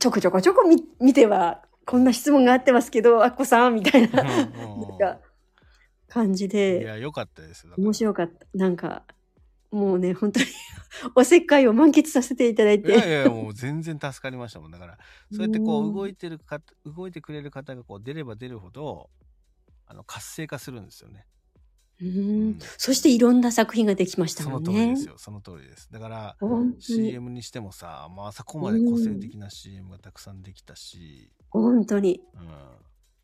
Speaker 2: ちょこちょこちょこ見見ては、こんな質問があってますけど、あっこさんみたいな、
Speaker 1: うん
Speaker 2: なん
Speaker 1: うんうん
Speaker 2: か、感じ
Speaker 1: い
Speaker 2: で、
Speaker 1: や良かったですだから
Speaker 2: 面白かった。なんか、もうね、本当に、 [laughs] おせっかいを満喫させていただい
Speaker 1: いやい
Speaker 2: て。
Speaker 1: やいやもう全然助かりましたもんだ
Speaker 2: [laughs]
Speaker 1: からそうやってこう動
Speaker 2: い
Speaker 1: いてるか動いてくれる方がこう出れば出るほどあの活性化するんですよね。
Speaker 2: うん。そしていろんな作品ができました
Speaker 1: そ
Speaker 2: も
Speaker 1: の
Speaker 2: ん
Speaker 1: 通り
Speaker 2: ね
Speaker 1: で。すよその通りです。だから
Speaker 2: 本当に、
Speaker 1: CM にしてもさ、まあ、あそこまで個性的な CM がたくさんできたし、
Speaker 2: 本当に。
Speaker 1: う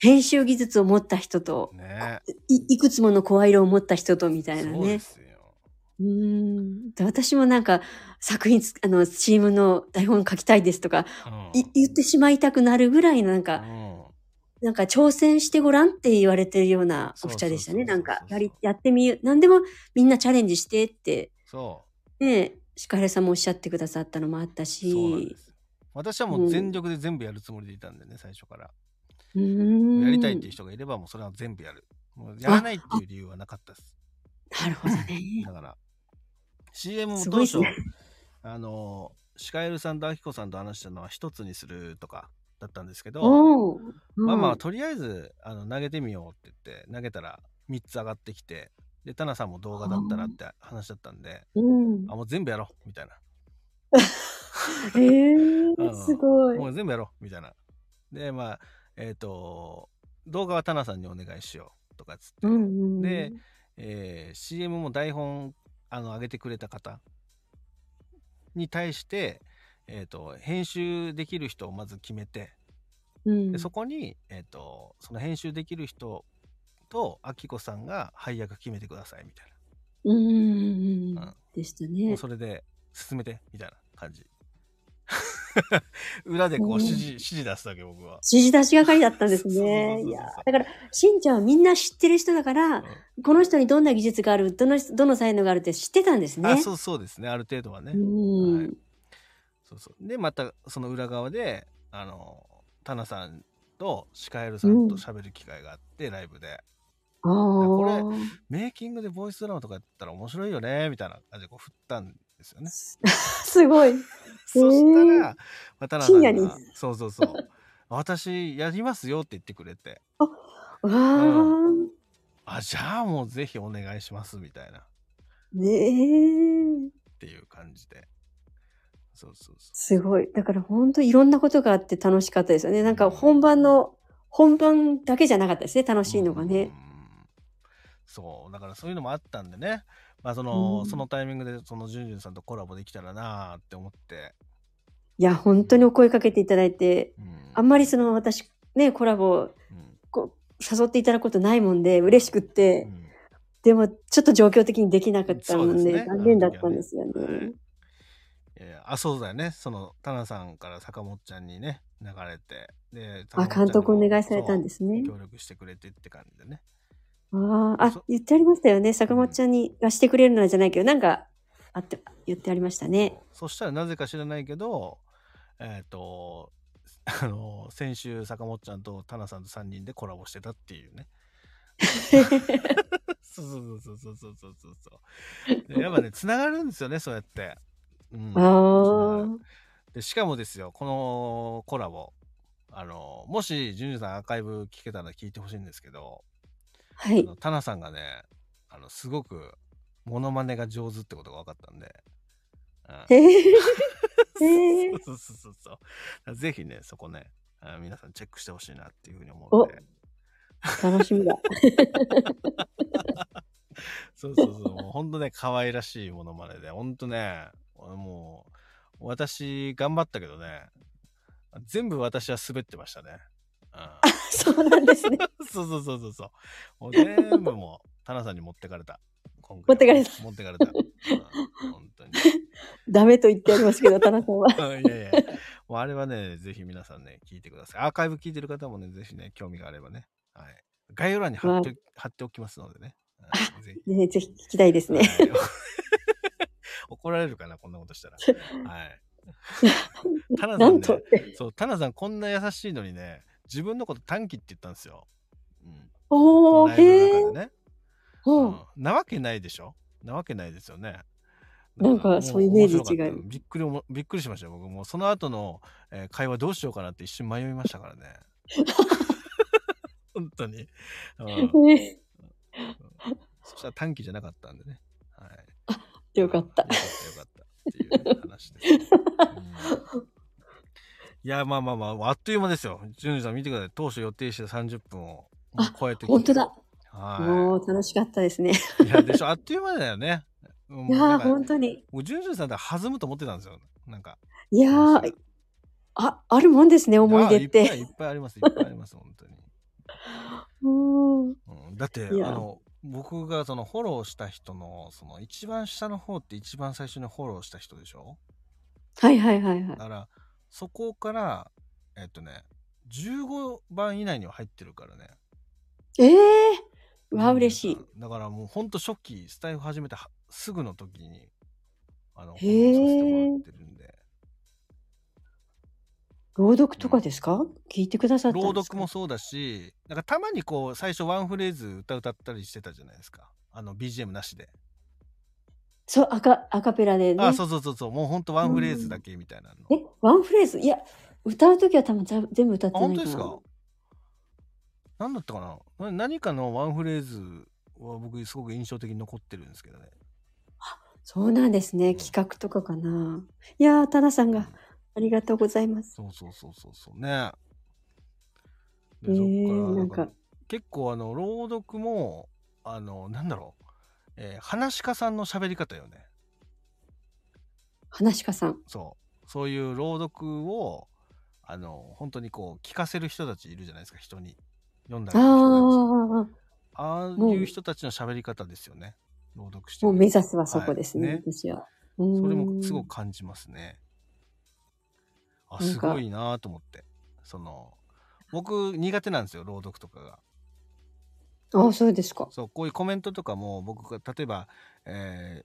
Speaker 2: 編集技術を持った人と
Speaker 1: ん、、ね
Speaker 2: いいくつもの声色を持った人とみたいな
Speaker 1: そうで
Speaker 2: ね。
Speaker 1: すよ。
Speaker 2: うーんで私もなんか作品つあの CM の台本書きたいですとか、
Speaker 1: うん
Speaker 2: い言ってしまいたくなるぐらいのなんか、
Speaker 1: うん
Speaker 2: なんか挑戦してごらんって言われてるような
Speaker 1: そ
Speaker 2: お
Speaker 1: うそう
Speaker 2: 茶
Speaker 1: そうそう
Speaker 2: でしたね。なんか
Speaker 1: そうそう
Speaker 2: やりやってみる何でもみんなチャレンジしてって
Speaker 1: そ
Speaker 2: ねシカヘルさんもおっしゃってくださったのもあった
Speaker 1: うそうなん
Speaker 2: し
Speaker 1: ですよ。私はもう全力で全部やるつもりでいたんでね最初から。
Speaker 2: うーん
Speaker 1: やりたいっていう人がいればもうそれは全部やる。もうやらないっていう理由はなかったです。
Speaker 2: なるほどね。
Speaker 1: [laughs] だから CM も
Speaker 2: すごい
Speaker 1: 当
Speaker 2: で
Speaker 1: 初、
Speaker 2: すね
Speaker 1: あのシカエルさんとアキコさんと話したのは一つにするとかだったんですけど、
Speaker 2: おお、
Speaker 1: まあま
Speaker 2: う
Speaker 1: あ
Speaker 2: ん
Speaker 1: とりあえずあの投げてみようって言って投げたら3つ上がってきてで、タナさんも動画だったらって話だったんで、
Speaker 2: うん。
Speaker 1: あ、もう全部やろう、みたいな。
Speaker 2: えー
Speaker 1: うん
Speaker 2: すごい。
Speaker 1: もう全部やろう、みたいな。で、まあ、えっ、と、動画はタナさんにお願いしよう、とかっつって。
Speaker 2: うんうん。
Speaker 1: で、えー CM も台本あの上げてくれた方に対して、えー、と編集できる人をまず決めて
Speaker 2: うん、
Speaker 1: でそこに、えー、とその編集できる人とあきこさんが配役決めてくださいみたい
Speaker 2: うんうんうんうん
Speaker 1: うん
Speaker 2: でした
Speaker 1: な、も
Speaker 2: ね
Speaker 1: う。それで進めてみたいな感じ [laughs] 裏でこう
Speaker 2: うん
Speaker 1: 指示,、指示出すだけ僕は。
Speaker 2: 指示出し係だったんです
Speaker 1: そうそうそう
Speaker 2: ね。
Speaker 1: そう
Speaker 2: いやーだから、しんちゃんはみんな知ってる人だから、この人にどんな技術がある、どの人どの才能があるって知ってたんです
Speaker 1: うん
Speaker 2: ね。
Speaker 1: あそうそうですねある程度はね、
Speaker 2: うん
Speaker 1: はいそうそうでまたその裏側であのタナさんとシカエルさんと喋る機会があって、ライブで
Speaker 2: あ
Speaker 1: これ
Speaker 2: ー
Speaker 1: メイキングでボイスドラマとかやったら面白いよねみたいな感じでこう振ったんですよね
Speaker 2: すごい。
Speaker 1: そしたら、まあ、タナさん
Speaker 2: 深夜
Speaker 1: が
Speaker 2: に
Speaker 1: そうそうそう私やりますよって言ってくれて
Speaker 2: わあ、
Speaker 1: あじゃあもうぜひお願いしますみたいなっ
Speaker 2: ねえ、
Speaker 1: ていう感じでそうそうそ
Speaker 2: すごい。だから本当いろんなことがあって楽しかったですよね。なんか本番の、本番だけじゃなかったですね、楽
Speaker 1: う
Speaker 2: しいのが
Speaker 1: うんうんうん
Speaker 2: ね。
Speaker 1: そうだからそういうのもあったんでねまあその、
Speaker 2: うん
Speaker 1: そのタイミングでそのジュンジュンさんとコラボできたらなーって思って、
Speaker 2: いや、本当にお声かけていただいて、
Speaker 1: うん
Speaker 2: あんまりその私、ね、コラボ、
Speaker 1: うん
Speaker 2: こう誘っていただくことないもんで、嬉しくって、
Speaker 1: うん
Speaker 2: でもちょっと状況的にできなかったも
Speaker 1: そ
Speaker 2: ん
Speaker 1: う
Speaker 2: で、
Speaker 1: ですね
Speaker 2: 残念だったんですよね。
Speaker 1: はいえーあそうだよねそのタナさんから坂本ちゃんにね流れてで
Speaker 2: あ、監督お願いされたんですすね。
Speaker 1: 協力してくれてって感じでね
Speaker 2: ああ、あ
Speaker 1: そ、
Speaker 2: 言ってありましたよね。坂本ちゃんにがしてくれるのはじゃないけど、なんか、あって、言ってありましたね。
Speaker 1: そうそしたらなぜか知らないけどえっ、と [laughs] あの先週坂本ちゃんとタナさんと3人でコラボしてたって
Speaker 2: [laughs]
Speaker 1: いうねそうそうそうそうそうそうそうそうでやっぱねつながるんですよねそうやって、うん、
Speaker 2: ああ、
Speaker 1: でしかもですよこのコラボあのもしジュンジュンさんアーカイブ聞けたら聞いてほしいんですけど、
Speaker 2: は
Speaker 1: あ
Speaker 2: い
Speaker 1: の。タナさんがねあのすごくモノマネが上手ってことが分かったんで、
Speaker 2: えー、
Speaker 1: うん
Speaker 2: へえ
Speaker 1: [laughs] そうそうそうそうだからぜひねそこねあ皆さんチェックしてほしいなっていうふうに思う
Speaker 2: お
Speaker 1: んで
Speaker 2: 楽しみだ。
Speaker 1: [laughs] そうそうそうもうほんとね可愛らしいモノマネでほんとねもう私頑張ったけどね全部私は滑ってましたね、うん
Speaker 2: そうなんですね。
Speaker 1: そうそうそうそうそう。もう全部もう、タナさんに持ってかれた。今
Speaker 2: 持ってかれ
Speaker 1: た。持ってかれた。うん本当に。
Speaker 2: ダメと言ってありますけど、田中さんは。
Speaker 1: [laughs] うんいやいや。もうあれはね、ぜひ皆さんね、聞いてください。アーカイブ聞いてる方もね、ぜひね、興味があればね。はい。概要欄に貼って,、貼っておきますのでね。うんぜひ。
Speaker 2: ね、ぜひ聞きたいですね。
Speaker 1: はい [laughs] 怒られるかな、こんなことしたら。
Speaker 2: [laughs]
Speaker 1: はい。タナさ
Speaker 2: なんん
Speaker 1: ね
Speaker 2: と、って。
Speaker 1: そう、タナさんこんな優しいのにね、自分のこと短期って言ったんですよ。うん。
Speaker 2: おー、
Speaker 1: ライブの中
Speaker 2: へー
Speaker 1: でね。
Speaker 2: う
Speaker 1: うん
Speaker 2: ん。
Speaker 1: なわけないでしょなわけないですよね。
Speaker 2: なんか
Speaker 1: だら
Speaker 2: そういうイメージ
Speaker 1: も面白かった
Speaker 2: 違います
Speaker 1: びっくりおも、びっくりしましたよ。僕もうその後の、えー会話どうしようかなって一瞬迷いましたからね。 [laughs] 本当に、うん
Speaker 2: え
Speaker 1: そしたら短期じゃなかったんでね。はい。
Speaker 2: ーよかった
Speaker 1: よ。かった、よかった。っていう話です、うんいや、まあまあまあ、あっという間ですよ。ジュンジュンさん見てください。当初予定して30分をもう超えてきて
Speaker 2: 本当だ。
Speaker 1: はい。
Speaker 2: もう楽しかったですね。
Speaker 1: いや、でしょ、あっという間だよね。うん
Speaker 2: いや
Speaker 1: な
Speaker 2: ー、
Speaker 1: んか
Speaker 2: 本当に。
Speaker 1: もうジュンジュンさんって弾むと思ってたんですよ。なんか。
Speaker 2: いやー、あ、あるもんですね、思い出っ
Speaker 1: あいっぱい
Speaker 2: て。
Speaker 1: いっぱいあります。いっぱいあります、本当に。
Speaker 2: うん。
Speaker 1: うん、だって、あ
Speaker 2: いや
Speaker 1: の、僕がそのフォローした人の、その一番下の方って一番最初にフォローした人でしょ
Speaker 2: はいはいはいは
Speaker 1: だ。
Speaker 2: い
Speaker 1: から、そこから、えっとね、15番以内には入ってるからね。
Speaker 2: ええー、わあ、嬉しい。
Speaker 1: だからもうほんと初期、スタイフ始めてはすぐの時に、あの、フ
Speaker 2: へ
Speaker 1: ォロー
Speaker 2: ー
Speaker 1: させてもらってるんで。
Speaker 2: 朗読とかですか聞いてくださったんです
Speaker 1: 朗
Speaker 2: か
Speaker 1: 読もそうだしなんかたまにこう最初ワンフレーズ歌歌ったりしてたじゃないですかあの BGM なしで、
Speaker 2: そう、アカ、アカペラでね。
Speaker 1: あそうそうそうそうもうほんとワンフレーズだけみたいなの、
Speaker 2: え、ワンフレーズいや、歌うときは多分ざ全部歌って
Speaker 1: あ
Speaker 2: ない
Speaker 1: 本
Speaker 2: か
Speaker 1: 当
Speaker 2: な。
Speaker 1: ですか何だったかなな何かのワンフレーズは僕すごく印象的に残ってるんですけどね。
Speaker 2: そうなんですね。企画とかかな。いやー、タナさんがありがとうございます。
Speaker 1: そうそうそうそうそうね。
Speaker 2: え
Speaker 1: で
Speaker 2: ー
Speaker 1: そっからなん
Speaker 2: な
Speaker 1: か
Speaker 2: んか
Speaker 1: 結構あの朗読もあのなんだろう、えー、話し家さんの喋り方よね。
Speaker 2: 話し家さん。
Speaker 1: そうそういう朗読をあの本当にこう聞かせる人たちいるじゃないですか人に読んだ
Speaker 2: あ
Speaker 1: りする人たち
Speaker 2: あ、
Speaker 1: ああ
Speaker 2: も
Speaker 1: いう
Speaker 2: う
Speaker 1: 人たちの喋り方ですよね朗読して
Speaker 2: もう
Speaker 1: る
Speaker 2: 目指すはそこですね、
Speaker 1: はいね
Speaker 2: 私は。
Speaker 1: そ
Speaker 2: そ
Speaker 1: れもすごく感じますね。あ
Speaker 2: なん
Speaker 1: す
Speaker 2: か
Speaker 1: ごいなと思ってその僕苦手なんですよ朗読とかが。
Speaker 2: ああ、そうですか。
Speaker 1: そうこういうコメントとかも僕が例えば、え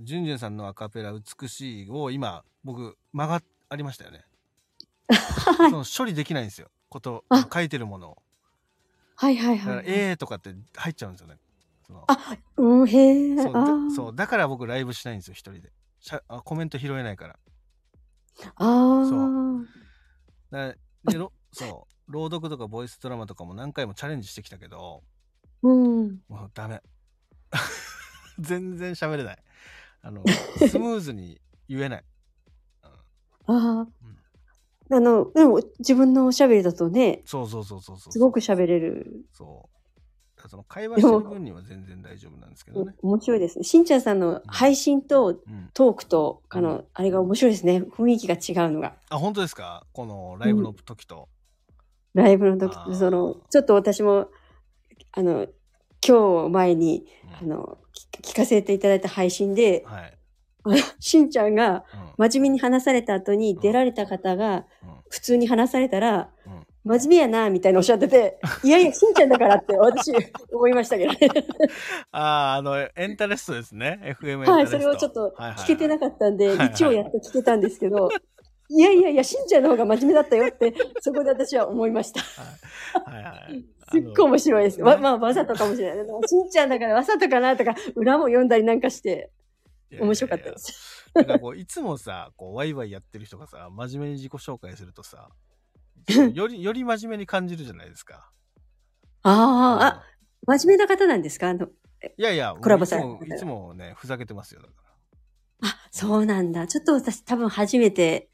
Speaker 1: ー、ジュンジュンさんのアカペラ「美しい」を今僕間がありましたよね。その処理できないんですよこと
Speaker 2: あ
Speaker 1: 書いてるものを。
Speaker 2: はいはい
Speaker 1: だか
Speaker 2: は
Speaker 1: ら
Speaker 2: い。
Speaker 1: 「えー」とかって入っちゃうんですよね。その
Speaker 2: あ、うん、へえ、
Speaker 1: そう
Speaker 2: あ
Speaker 1: だ
Speaker 2: ー
Speaker 1: そうだから僕ライブしないんですよ一人でしゃあコメント拾えないから。
Speaker 2: あー、
Speaker 1: そうだで
Speaker 2: [laughs]
Speaker 1: ろそう朗読とかボイスドラマとかも何回もチャレンジしてきたけど
Speaker 2: うん。
Speaker 1: もうダメ [laughs] 全然喋れないあ
Speaker 2: [laughs]
Speaker 1: のスムーズに言えない
Speaker 2: ああ。あの、でも自分のおしゃべりだとね、
Speaker 1: そうそうそうそうそう
Speaker 2: すごく喋れる。
Speaker 1: そうだからその会話してる分には全然大丈夫なんですけどね、
Speaker 2: お面白いですね。しんちゃんさんの配信と
Speaker 1: うん、
Speaker 2: トークと、あの、あれが面白いですね。雰囲気が違うのが。
Speaker 1: あ本当ですかこのライブの時と、
Speaker 2: ライブの時
Speaker 1: あー
Speaker 2: その、ちょっと私も、あの、今日を前に、
Speaker 1: うん
Speaker 2: あの、き聞かせていただいた配信で、
Speaker 1: はい、
Speaker 2: しんちゃんが、
Speaker 1: うん
Speaker 2: 真面目に話された後に出られた方が
Speaker 1: うん
Speaker 2: 普通に話されたら、
Speaker 1: うん
Speaker 2: 真面目やなみたいなおっしゃっ
Speaker 1: [laughs]
Speaker 2: てて、いやいや、しんちゃんだからって私思いましたけどね。
Speaker 1: あああのエンタレストですね FM エンタレスト
Speaker 2: はい、それをちょっと聞けてな
Speaker 1: く
Speaker 2: かったんで、
Speaker 1: はいはい
Speaker 2: 一応やっと聞けたんですけど、いやいやいや、しんちゃんの方が真面目だった
Speaker 1: [laughs]
Speaker 2: よって、そこで私は思いました。す
Speaker 1: はいはい
Speaker 2: っごい面白いです。わ
Speaker 1: ね
Speaker 2: まあ、わざとかもしれない。でもしんちゃんだからわざとかなとか、裏も読んだりなんかして、
Speaker 1: いやいやいや
Speaker 2: 面白かったです。
Speaker 1: なんかこういつもさこうワイワイやってる人がさ真面目に自己紹介するとさよりよ [laughs] り真面目に感じるじゃないですか。
Speaker 2: ああ、あ、真面目な方なんですかあの
Speaker 1: うんいやいやもう
Speaker 2: コラボされ
Speaker 1: いつもいつもねふざけてますよだから。
Speaker 2: あ、そうなんだ。ちょっと私多分初めて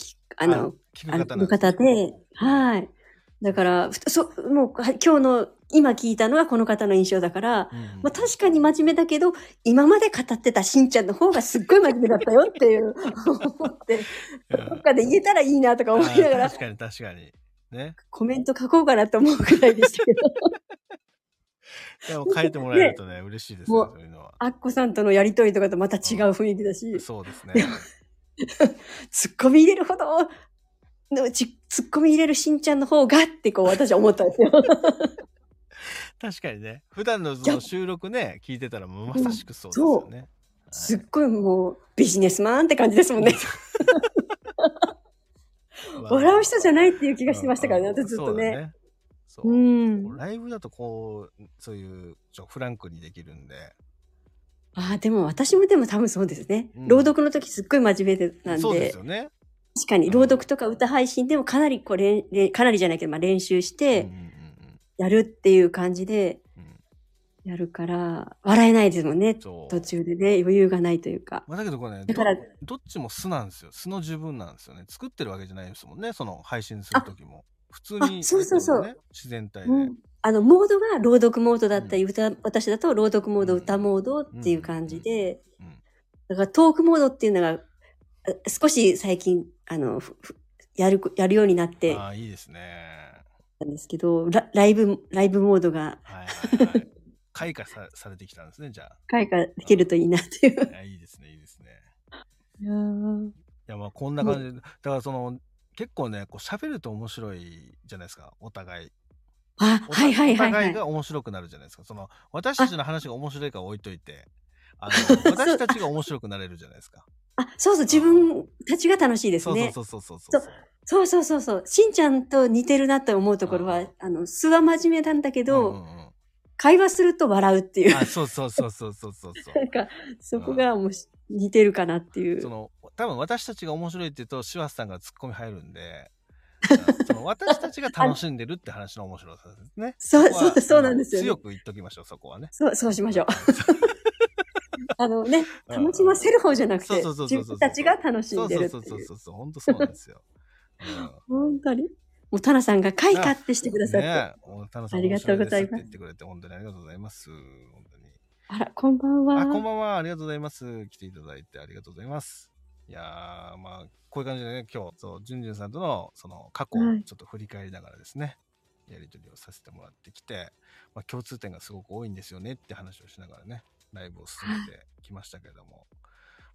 Speaker 2: 聞く、あの、
Speaker 1: 聞
Speaker 2: あ
Speaker 1: く方な
Speaker 2: の
Speaker 1: ん
Speaker 2: の方で、はい。だから、ふそ、もう、は今日の、今聞いたのはこの方の印象だから、
Speaker 1: うん
Speaker 2: まあ確かに真面目だけど、今まで語ってたしんちゃんの方がすっごい真面目だったよっていう、思って、
Speaker 1: うん
Speaker 2: どっかで言えたらいいなとか思いなが
Speaker 1: あー
Speaker 2: ら、
Speaker 1: 確かに確かに。ね。
Speaker 2: コメント書こうかなと思うくらいでし
Speaker 1: [laughs]
Speaker 2: たけど、
Speaker 1: でも書いてもらえるとね嬉しいですね
Speaker 2: もう
Speaker 1: そういうのは。
Speaker 2: アッコさんとのやりとりとかとまた違う雰囲気だし、
Speaker 1: そうですね。
Speaker 2: ツッコミ入れるほどのちツッコミ入れるしんちゃんの方がってこう私は思ったんですよ。
Speaker 1: 確かにね。普段のその収録ね聞いてたらまさしくそうです
Speaker 2: そう
Speaker 1: よね。
Speaker 2: すっごいもうビジネスマンって感じですもんね。笑う人じゃ
Speaker 1: ない
Speaker 2: ないっていう気がしてましたからね、私ずっとね。。
Speaker 1: そううだね。そ
Speaker 2: ん
Speaker 1: う。ライブだとこうそういうちょフランクにできるんで。
Speaker 2: ああ、でも私もでも多分そうですね。
Speaker 1: うん
Speaker 2: 朗読の時すっごい真面目でなん
Speaker 1: そうで
Speaker 2: で、
Speaker 1: すよね。
Speaker 2: 確かに朗読とか歌配信でもかなりこうれんれん、かなりじゃないけど、まあ練習し
Speaker 1: うん
Speaker 2: て
Speaker 1: うん
Speaker 2: やるっていう感じで
Speaker 1: うんうん
Speaker 2: やるから、笑えないですもんね。
Speaker 1: そう
Speaker 2: 途中でね、余裕がないというか。
Speaker 1: まあ、だけどこれね
Speaker 2: だから
Speaker 1: どどっちも素なんですよ素の自分なんですよね作ってるわけじゃないですもんねその配信する時も普通に
Speaker 2: あそうそうそう
Speaker 1: やってるもんね自然体で、
Speaker 2: うんあの、モードが朗読モードだったり、歌、私だと朗読モード、歌モードっていう感じで
Speaker 1: うんうん、
Speaker 2: だからトークモードっていうのが、あ少し最近、あの、ふふやるこ、やるようになって
Speaker 1: ああいいですね
Speaker 2: たんですけど、ラライブ、ライブモードが
Speaker 1: はいはい、
Speaker 2: [laughs]
Speaker 1: はい、開花さされてきたんですねじゃあ
Speaker 2: 開花できるといいなっていう。
Speaker 1: いやいいですねいいですね
Speaker 2: いやー
Speaker 1: いやまあこんな感じで、だからその結構ねこう喋ると面白いじゃないですかお互い
Speaker 2: あ、
Speaker 1: お
Speaker 2: はいはいはい
Speaker 1: お
Speaker 2: は
Speaker 1: 互い
Speaker 2: い。
Speaker 1: が面白くなるじゃないですかその私たちの話が面白いから置いといて
Speaker 2: [laughs]
Speaker 1: あの私たちが面白くなれるじゃないですか
Speaker 2: あ、そうそう、自分たちが楽しいですね。
Speaker 1: そうそうそうそうそうそう
Speaker 2: そうそうそうそう。しんちゃんと似てるなって思うところ
Speaker 1: う
Speaker 2: は
Speaker 1: ん、
Speaker 2: あの、素は真面目なんだけ
Speaker 1: うんう
Speaker 2: ど、
Speaker 1: んうん
Speaker 2: 会話すると笑うっていう。
Speaker 1: あそうそうそうそうそうそうそ。
Speaker 2: [laughs] なんか、そこがもうし似てるかなっていうう。
Speaker 1: その多分私たちが面白いって言うと柴田さんがツッコミ入るんで、その私たちが楽しんでるって話の面白さですね。
Speaker 2: [laughs] そう、そう、そうなんですよ、ね。
Speaker 1: 強く言っときましょう、そこはね。
Speaker 2: そう、そうしましょう。あのね、楽しませる方じゃなくて、
Speaker 1: そうそうそうそう
Speaker 2: 自分たちが楽しんでるって
Speaker 1: そうそう
Speaker 2: いう
Speaker 1: そ。うそう、本当そうなんですよ。うん
Speaker 2: 本当に。もうタナさんが開花ってしてくださって。
Speaker 1: ねえ、お田野さん
Speaker 2: ありがとうございます
Speaker 1: 面白ですって言ってくれて本当にありがとうございます。本当に。
Speaker 2: あら、こんばんは。
Speaker 1: あ、こんばんは。ありがとうございます。来ていただいてありがとうございます。いやー、まあ、こういう感じでね、今日、そう、じゅんじゅんさんとの、その、過去
Speaker 2: は
Speaker 1: を
Speaker 2: い
Speaker 1: ちょっと振り返りながらですね、やりとりをさせてもらってきて、まあ、共通点がすごく多いんですよねって話をしながらね、ライブを進めてきましたけれども、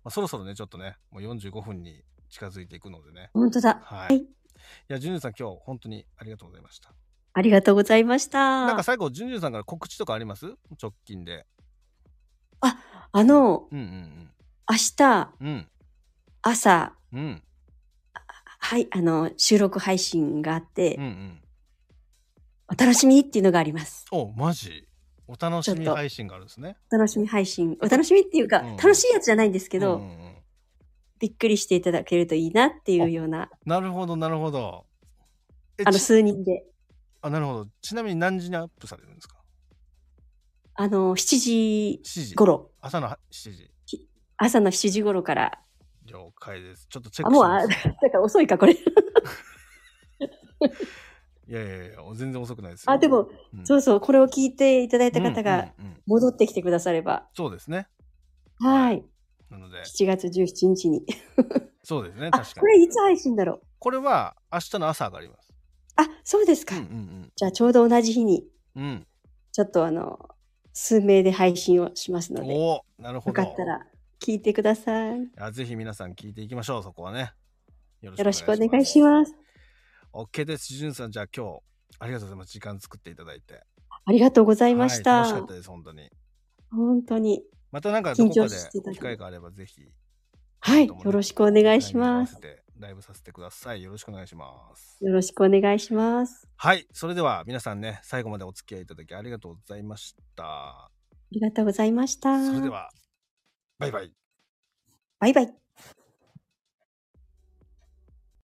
Speaker 1: まあ、そろそろね、ちょっとね、もう45分に近づいていくのでね、
Speaker 2: 本当だ。
Speaker 1: はい。
Speaker 2: はい
Speaker 1: いや、じゅんじゅんさん、今日、本当にありがとうございました。
Speaker 2: ありがとうございまし
Speaker 1: なんか
Speaker 2: た。
Speaker 1: 最後、じゅんじゅんさんから告知とかあります直近で。
Speaker 2: あの、
Speaker 1: うんうん
Speaker 2: 明日、
Speaker 1: うん。うん。
Speaker 2: 朝、
Speaker 1: うん。
Speaker 2: はい、あの、収録配信があって、
Speaker 1: うんうん。
Speaker 2: お楽しみっていうのがあります。
Speaker 1: お、マジお楽しみ配信があるんですね。
Speaker 2: お楽しみ配信。お楽しみっていうか、
Speaker 1: うん
Speaker 2: 楽しいやつじゃないんですけど、
Speaker 1: うんうんうん
Speaker 2: びっくりしていただけるといいなっていうような、
Speaker 1: なるほど、なるほど。え
Speaker 2: あの、
Speaker 1: ち
Speaker 2: 数人で。
Speaker 1: あ、なるほど。ちなみに何時にアップされるんですか
Speaker 2: あの、7時
Speaker 1: ?7 時。
Speaker 2: 頃、
Speaker 1: 朝の7時。
Speaker 2: 朝の7時頃から、
Speaker 1: 了解です。ちょっとチェッ
Speaker 2: あ、
Speaker 1: クし
Speaker 2: もう、あ
Speaker 1: ます。
Speaker 2: だから遅いか、これ。
Speaker 1: いやいやいや、全然遅くないですよ。
Speaker 2: あ、でも、
Speaker 1: うん、
Speaker 2: そうそう、これを聞いていただい
Speaker 1: うん、
Speaker 2: た方が
Speaker 1: うんうんうん
Speaker 2: 戻ってきてくだされば、
Speaker 1: そうですね。
Speaker 2: はい、
Speaker 1: なので、
Speaker 2: 7月17日に。
Speaker 1: そうですね、
Speaker 2: あ、
Speaker 1: 確か
Speaker 2: こ
Speaker 1: に。
Speaker 2: れいつ配信だろう
Speaker 1: これは明日の朝上がります。
Speaker 2: あ、そうです
Speaker 1: う
Speaker 2: か。
Speaker 1: んうん
Speaker 2: じゃあ、ちょうど同じ日に、
Speaker 1: うん。うん。
Speaker 2: ちょっとあの、数名で配信をしますので、よ
Speaker 1: おおなるほど。
Speaker 2: かったら聞いてください。
Speaker 1: いやぜひ皆さん聞いていきましょう、そこはね。よ
Speaker 2: よろしくお願いします。
Speaker 1: OK です。じゅんさん、じゃあ今日、ありがとうございます。時間作っていただいて。
Speaker 2: ありがとうございまし
Speaker 1: は
Speaker 2: た。
Speaker 1: い楽しかったです、本当に。
Speaker 2: 本当に。
Speaker 1: またなんかどこか
Speaker 2: 緊張
Speaker 1: で
Speaker 2: してたけど
Speaker 1: 機会があればぜひ。
Speaker 2: はい、
Speaker 1: ちょっ
Speaker 2: よ
Speaker 1: と
Speaker 2: ろしくお願いします。。
Speaker 1: ライブさせてください。よろしくお願いします。
Speaker 2: よろしくお願いします。
Speaker 1: はい、それでは皆さんね、最後までお付き合いいただきありがとうございました。
Speaker 2: ありがとうございました。
Speaker 1: それでは、バイバイ。
Speaker 2: バイバイ。